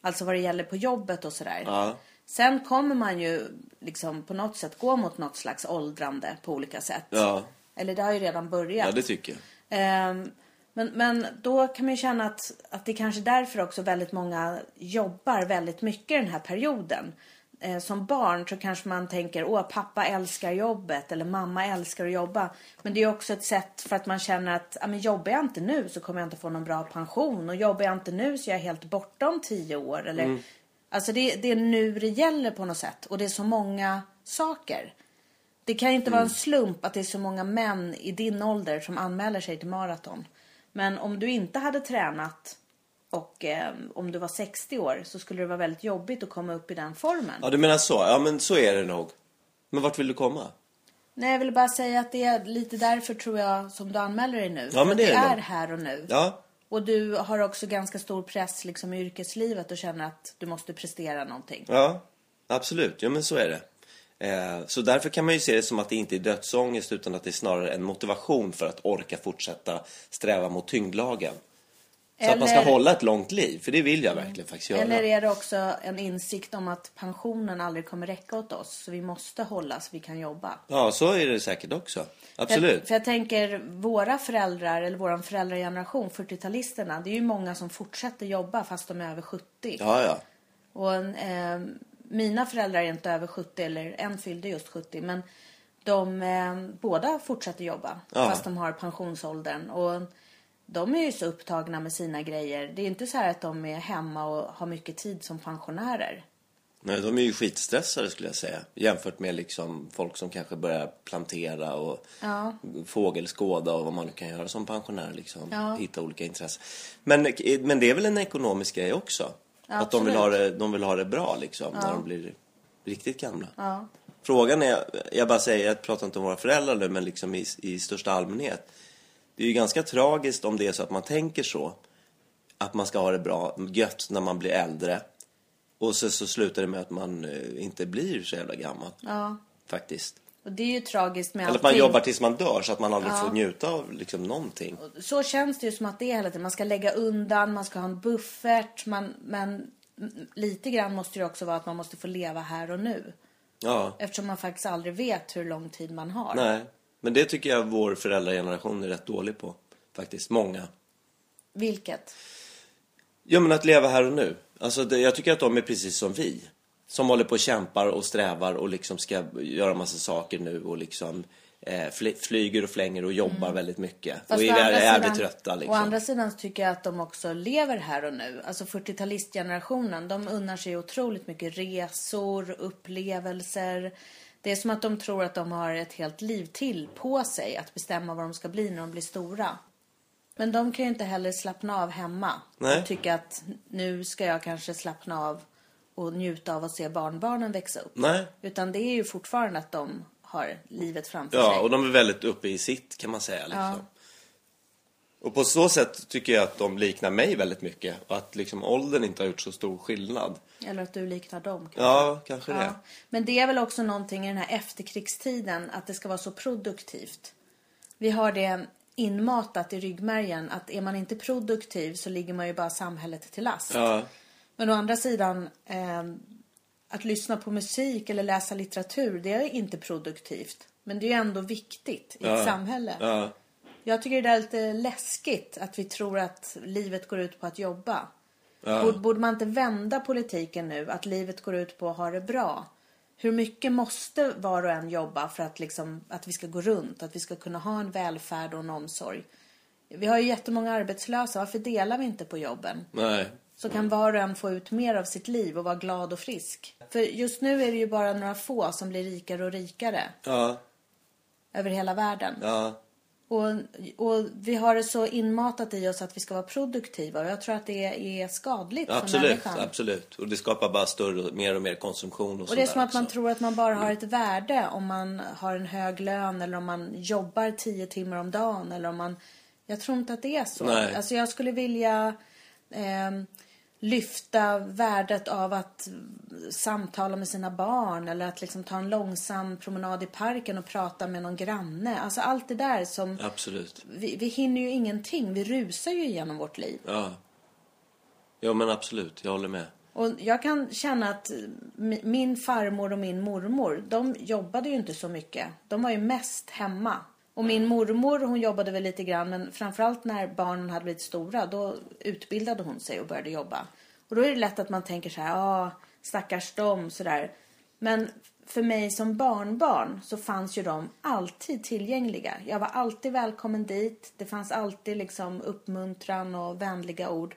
Speaker 1: Alltså vad det gäller på jobbet och sådär.
Speaker 2: Ja.
Speaker 1: Sen kommer man ju liksom på något sätt gå mot något slags åldrande på olika sätt.
Speaker 2: Ja.
Speaker 1: Eller det har ju redan börjat.
Speaker 2: ja, det tycker jag.
Speaker 1: Ehm, men, men då kan man ju känna att, att det kanske är därför också väldigt många jobbar väldigt mycket den här perioden. Eh, som barn så kanske man tänker åh pappa älskar jobbet eller mamma älskar att jobba. Men det är ju också ett sätt för att man känner att "Ja, men jobbar jag inte nu så kommer jag inte få någon bra pension och jobbar jag inte nu så är jag helt borta om tio år. Eller, Alltså det, det är nu det gäller på något sätt och det är så många saker. Det kan ju inte
Speaker 2: Mm.
Speaker 1: vara en slump att det är så många män i din ålder som anmäler sig till maraton. Men om du inte hade tränat och eh, om du var 60 år så skulle det vara väldigt jobbigt att komma upp i den formen.
Speaker 2: Ja, du menar så. Ja, men så är det nog. Men vart vill du komma?
Speaker 1: Nej, jag vill bara säga att det är lite därför tror jag som du anmäler dig nu.
Speaker 2: Ja, men
Speaker 1: För att
Speaker 2: det är det
Speaker 1: är
Speaker 2: nog.
Speaker 1: här och nu.
Speaker 2: Ja.
Speaker 1: Och du har också ganska stor press liksom i yrkeslivet och känner att du måste prestera någonting.
Speaker 2: Ja, absolut. Ja, men så är det. Eh, så därför kan man ju se det som att det inte är dödsångest utan att det är snarare en motivation för att orka fortsätta sträva mot tyngdlagen. Så att man ska hålla ett långt liv, för det vill jag verkligen faktiskt göra.
Speaker 1: Mm. Eller är det också en insikt om att pensionen aldrig kommer räcka åt oss så vi måste hålla så vi kan jobba?
Speaker 2: Ja, så är det säkert också.
Speaker 1: För,
Speaker 2: Absolut.
Speaker 1: för jag tänker våra föräldrar eller vår föräldrageneration, 40-talisterna, det är ju många som fortsätter jobba fast de är över 70.
Speaker 2: Ja, ja.
Speaker 1: Och eh, mina föräldrar är inte över 70 eller en fyllde just 70 men de eh, båda fortsätter jobba
Speaker 2: Ja.
Speaker 1: fast de har pensionsåldern och de är ju så upptagna med sina grejer. Det är inte så här att de är hemma och har mycket tid som pensionärer.
Speaker 2: Nej, de är ju skitstressade skulle jag säga. Jämfört med liksom folk som kanske börjar plantera och
Speaker 1: Ja.
Speaker 2: fågelskåda och vad man nu kan göra som pensionär. Liksom.
Speaker 1: Ja.
Speaker 2: Hitta olika intressen. Men, men det är väl en ekonomisk grej också? att de vill, ha det, de vill ha det bra liksom, när de blir riktigt gamla.
Speaker 1: Ja.
Speaker 2: Frågan är, jag bara säger, jag pratar inte om våra föräldrar nu, men liksom i, i största allmänhet. Det är ju ganska tragiskt om det är så att man tänker så. Att man ska ha det bra, gött, när man blir äldre. Och så, så slutar det med att man eh, inte blir så jävla gammal.
Speaker 1: Ja.
Speaker 2: Faktiskt.
Speaker 1: Och det är ju tragiskt med
Speaker 2: Eller att man jobbar tills man dör så att man aldrig får njuta av liksom någonting.
Speaker 1: så känns det ju som att det är hela tiden. Man ska lägga undan, man ska ha en buffert. Man, men mm, lite grann måste det också vara att man måste få leva här och nu.
Speaker 2: Ja,
Speaker 1: Eftersom man faktiskt aldrig vet hur lång tid man har.
Speaker 2: nej. Men det tycker jag vår föräldrageneration är rätt dålig på. Faktiskt, många.
Speaker 1: Vilket?
Speaker 2: Ja, men att leva här och nu. Alltså, det, jag tycker att de är precis som vi. Som håller på och kämpar och strävar och liksom ska göra massa saker nu och liksom eh, fly, flyger och flänger och jobbar väldigt mycket. och är
Speaker 1: Mm. å andra
Speaker 2: jä- jävligt
Speaker 1: sidan-
Speaker 2: trötta liksom.
Speaker 1: Å andra sidan så tycker jag att de också lever här och nu. Alltså 40-talistgenerationen, de unnar sig otroligt mycket resor, upplevelser. Det är som att de tror att de har ett helt liv till på sig att bestämma vad de ska bli när de blir stora. Men de kan ju inte heller slappna av hemma
Speaker 2: Nej.
Speaker 1: och tycka att nu ska jag kanske slappna av och njuta av att se barnbarnen växa upp.
Speaker 2: Nej.
Speaker 1: Utan det är ju fortfarande att de har livet framför sig.
Speaker 2: Ja, och de är väldigt uppe i sitt kan man säga. Liksom. Och på så sätt tycker jag att de liknar mig väldigt mycket. Och att liksom åldern inte har gjort så stor skillnad.
Speaker 1: Eller att du liknar dem kanske.
Speaker 2: Ja, kanske det.
Speaker 1: Ja. Men det är väl också någonting i den här efterkrigstiden att det ska vara så produktivt. Vi har det inmatat i ryggmärgen att är man inte produktiv så ligger man ju bara samhället till last.
Speaker 2: Ja.
Speaker 1: Men å andra sidan, eh, att lyssna på musik eller läsa litteratur, det är inte produktivt. Men det är ju ändå viktigt i ett samhälle.
Speaker 2: Ja.
Speaker 1: Jag tycker det där är lite läskigt att vi tror att livet går ut på att jobba. Borde, borde man inte vända politiken nu? Att livet går ut på att ha det bra? Hur mycket måste var och en jobba för att, liksom, att vi ska gå runt? Att vi ska kunna ha en välfärd och en omsorg? Vi har ju jättemånga arbetslösa. Varför delar vi inte på jobben?
Speaker 2: Nej.
Speaker 1: Så kan var och en få ut mer av sitt liv och vara glad och frisk. För just nu är det ju bara några få som blir rikare och rikare
Speaker 2: Ja.
Speaker 1: över hela världen.
Speaker 2: Ja.
Speaker 1: Och, och vi har det så inmatat i oss att vi ska vara produktiva och jag tror att det är skadligt för
Speaker 2: Absolut,
Speaker 1: människan.
Speaker 2: absolut. Och det skapar bara större, och- mer och mer konsumtion och
Speaker 1: Och det är
Speaker 2: sådär
Speaker 1: som att man
Speaker 2: också.
Speaker 1: tror att man
Speaker 2: Mm.
Speaker 1: bara har ett värde om man har en hög lön eller om man jobbar tio timmar om dagen eller om man... Jag tror inte att det är så.
Speaker 2: Nej.
Speaker 1: Alltså jag skulle vilja ehm, lyfta värdet av att eh, samtala med sina barn eller att liksom ta en långsam promenad i parken och prata med någon granne. Alltså allt det där som...
Speaker 2: Absolut.
Speaker 1: Vi, vi hinner ju ingenting. Vi rusar ju genom vårt liv.
Speaker 2: Ja. Ja, men absolut. Jag håller med.
Speaker 1: Och jag kan känna att eh, mi- min farmor och min mormor, de jobbade ju inte så mycket. De var ju mest hemma. Och min mormor, hon jobbade väl lite grann, men framförallt när barnen hade blivit stora, då utbildade hon sig och började jobba. Och då är det lätt att man tänker så här, ah, stackars dem, sådär. Men för mig som barnbarn så fanns ju de alltid tillgängliga. Jag var alltid välkommen dit. Det fanns alltid liksom uppmuntran och vänliga ord.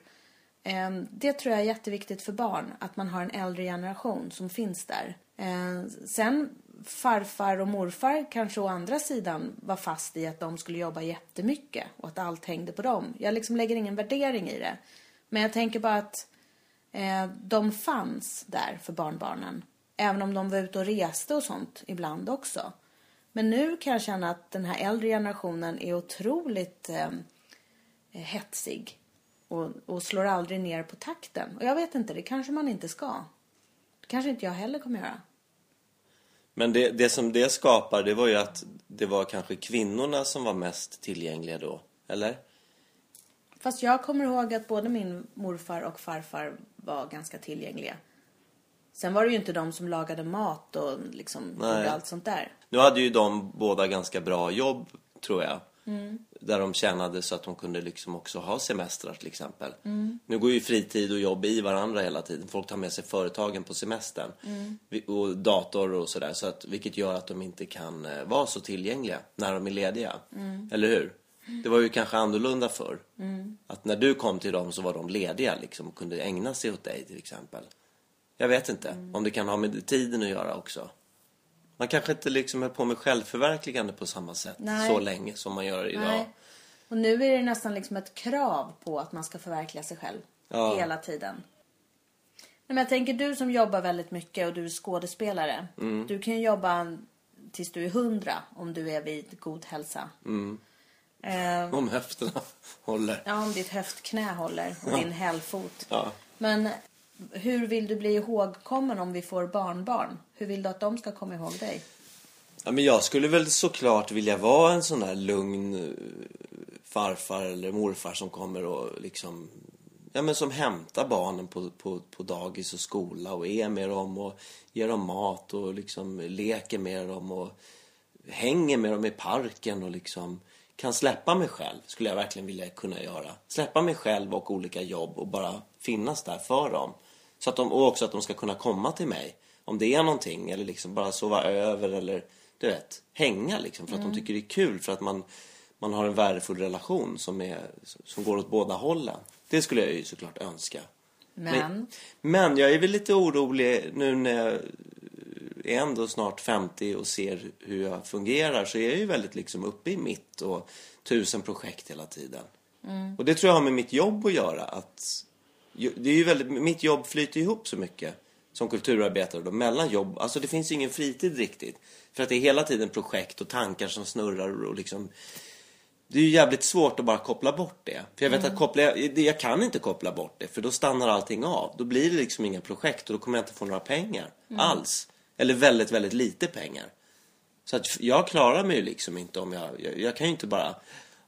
Speaker 1: Ehm, Det tror jag är jätteviktigt för barn, att man har en äldre generation som finns där. Ehm, Sen farfar och morfar kanske å andra sidan var fast i att de skulle jobba jättemycket och att allt hängde på dem. Jag liksom lägger ingen värdering i det. Men jag tänker bara att eh, de fanns där för barnbarnen. Även om de var ute och reste och sånt ibland också. Men nu kan jag känna att den här äldre generationen är otroligt ehm, eh, hetsig och, och slår aldrig ner på takten. Och jag vet inte, det kanske man inte ska. Det kanske inte jag heller kommer göra.
Speaker 2: Men det, det som det skapar, det var ju att det var kanske kvinnorna som var mest tillgängliga då, eller?
Speaker 1: Fast jag kommer ihåg att både min morfar och farfar var ganska tillgängliga. Sen var det ju inte de som lagade mat och liksom
Speaker 2: Nej.
Speaker 1: gjorde allt sånt där.
Speaker 2: Nu hade ju de båda ganska bra jobb, tror jag. Där de tjänade så att de kunde liksom också ha semestrar till exempel. Nu går ju fritid och jobb i varandra hela tiden. Folk tar med sig företagen på semestern. Vi- Och dator och sådär. Så att, vilket gör att de inte kan eh, vara så tillgängliga när de är lediga. Eller hur? Det var ju kanske annorlunda förr. Att när du kom till dem så var de lediga liksom och kunde ägna sig åt dig till exempel. Jag vet inte
Speaker 1: Mm.
Speaker 2: om det kan ha med tiden att göra också. Man kanske inte liksom höll på med självförverkligande på samma sätt
Speaker 1: Nej.
Speaker 2: så länge som man gör idag.
Speaker 1: Nej. Och nu är det nästan liksom ett krav på att man ska förverkliga sig själv
Speaker 2: Ja.
Speaker 1: hela tiden. Nej, men jag tänker du som jobbar väldigt mycket och du är skådespelare.
Speaker 2: Mm.
Speaker 1: Du kan ju jobba tills du är hundra om du är vid god hälsa.
Speaker 2: Mm.
Speaker 1: Eh,
Speaker 2: Om höfterna [LAUGHS] håller.
Speaker 1: ja, om ditt höftknä håller och din hälfot.
Speaker 2: Ja.
Speaker 1: Men hur vill du bli ihågkommen om vi får barnbarn? Hur vill du att de ska komma ihåg dig?
Speaker 2: Ja, men jag skulle väl såklart vilja vara en sån där lugn eh, farfar eller morfar som kommer och liksom Ja men som hämtar barnen på, på, på dagis och skola och är med dem och ger dem mat och liksom leker med dem och hänger med dem i parken och liksom kan släppa mig själv, skulle jag verkligen vilja kunna göra. Släppa mig själv och olika jobb och bara finnas där för dem. Så att de, och också att de ska kunna komma till mig om det är någonting eller liksom bara sova över eller du vet, hänga liksom för att de tycker det är kul för att man, man har en värdefull relation som, är, som går åt båda hållen. Det skulle jag ju såklart önska.
Speaker 1: Men?
Speaker 2: men jag är väl lite orolig nu när jag är ändå snart 50 och ser hur jag fungerar så är jag ju väldigt liksom uppe i mitt och tusen projekt hela tiden. Och det tror jag har med mitt jobb att göra. Att ju- det är ju väldigt, mitt jobb flyter ihop så mycket som kulturarbetare då, mellan jobb. Alltså det finns ju ingen fritid riktigt. För att det är hela tiden projekt och tankar som snurrar och liksom det är ju jävligt svårt att bara koppla bort det. För jag vet att koppla, jag, jag kan inte koppla bort det för då stannar allting av. Då blir det liksom inga projekt och då kommer jag inte få några pengar alls. Eller väldigt, väldigt lite pengar. Så att jag klarar mig ju liksom inte om jag, jag, jag kan ju inte bara,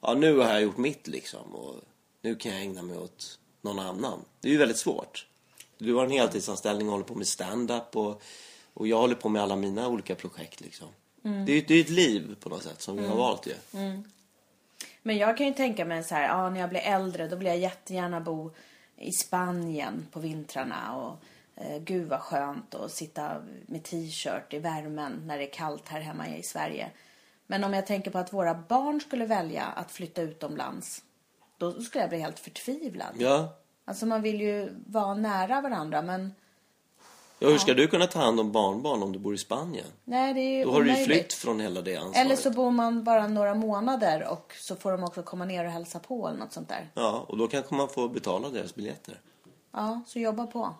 Speaker 2: ja nu har jag gjort mitt liksom och nu kan jag ägna mig åt någon annan. Det är ju väldigt svårt. Du har en heltidsanställning och håller på med stand-up och, och jag håller på med alla mina olika projekt liksom. Det är ju det är ju ett liv på något sätt som vi har valt ju.
Speaker 1: Men jag kan ju tänka mig så här, ja, när jag blir äldre då vill jag jättegärna bo i Spanien på vintrarna och eh, gud vad skönt att sitta med t-shirt i värmen när det är kallt här hemma i Sverige. Men om jag tänker på att våra barn skulle välja att flytta utomlands, då skulle jag bli helt förtvivlad.
Speaker 2: Ja.
Speaker 1: Alltså man vill ju vara nära varandra men
Speaker 2: Ja, hur ska du kunna ta hand om barnbarn om du bor i Spanien?
Speaker 1: nej det är ju
Speaker 2: Då har du ju
Speaker 1: omöjligt.
Speaker 2: flytt från hela det ansvaret.
Speaker 1: Eller så bor man bara några månader och så får de också komma ner och hälsa på eller något sånt där.
Speaker 2: Ja, och då kanske man får betala deras biljetter.
Speaker 1: Ja, så jobba på.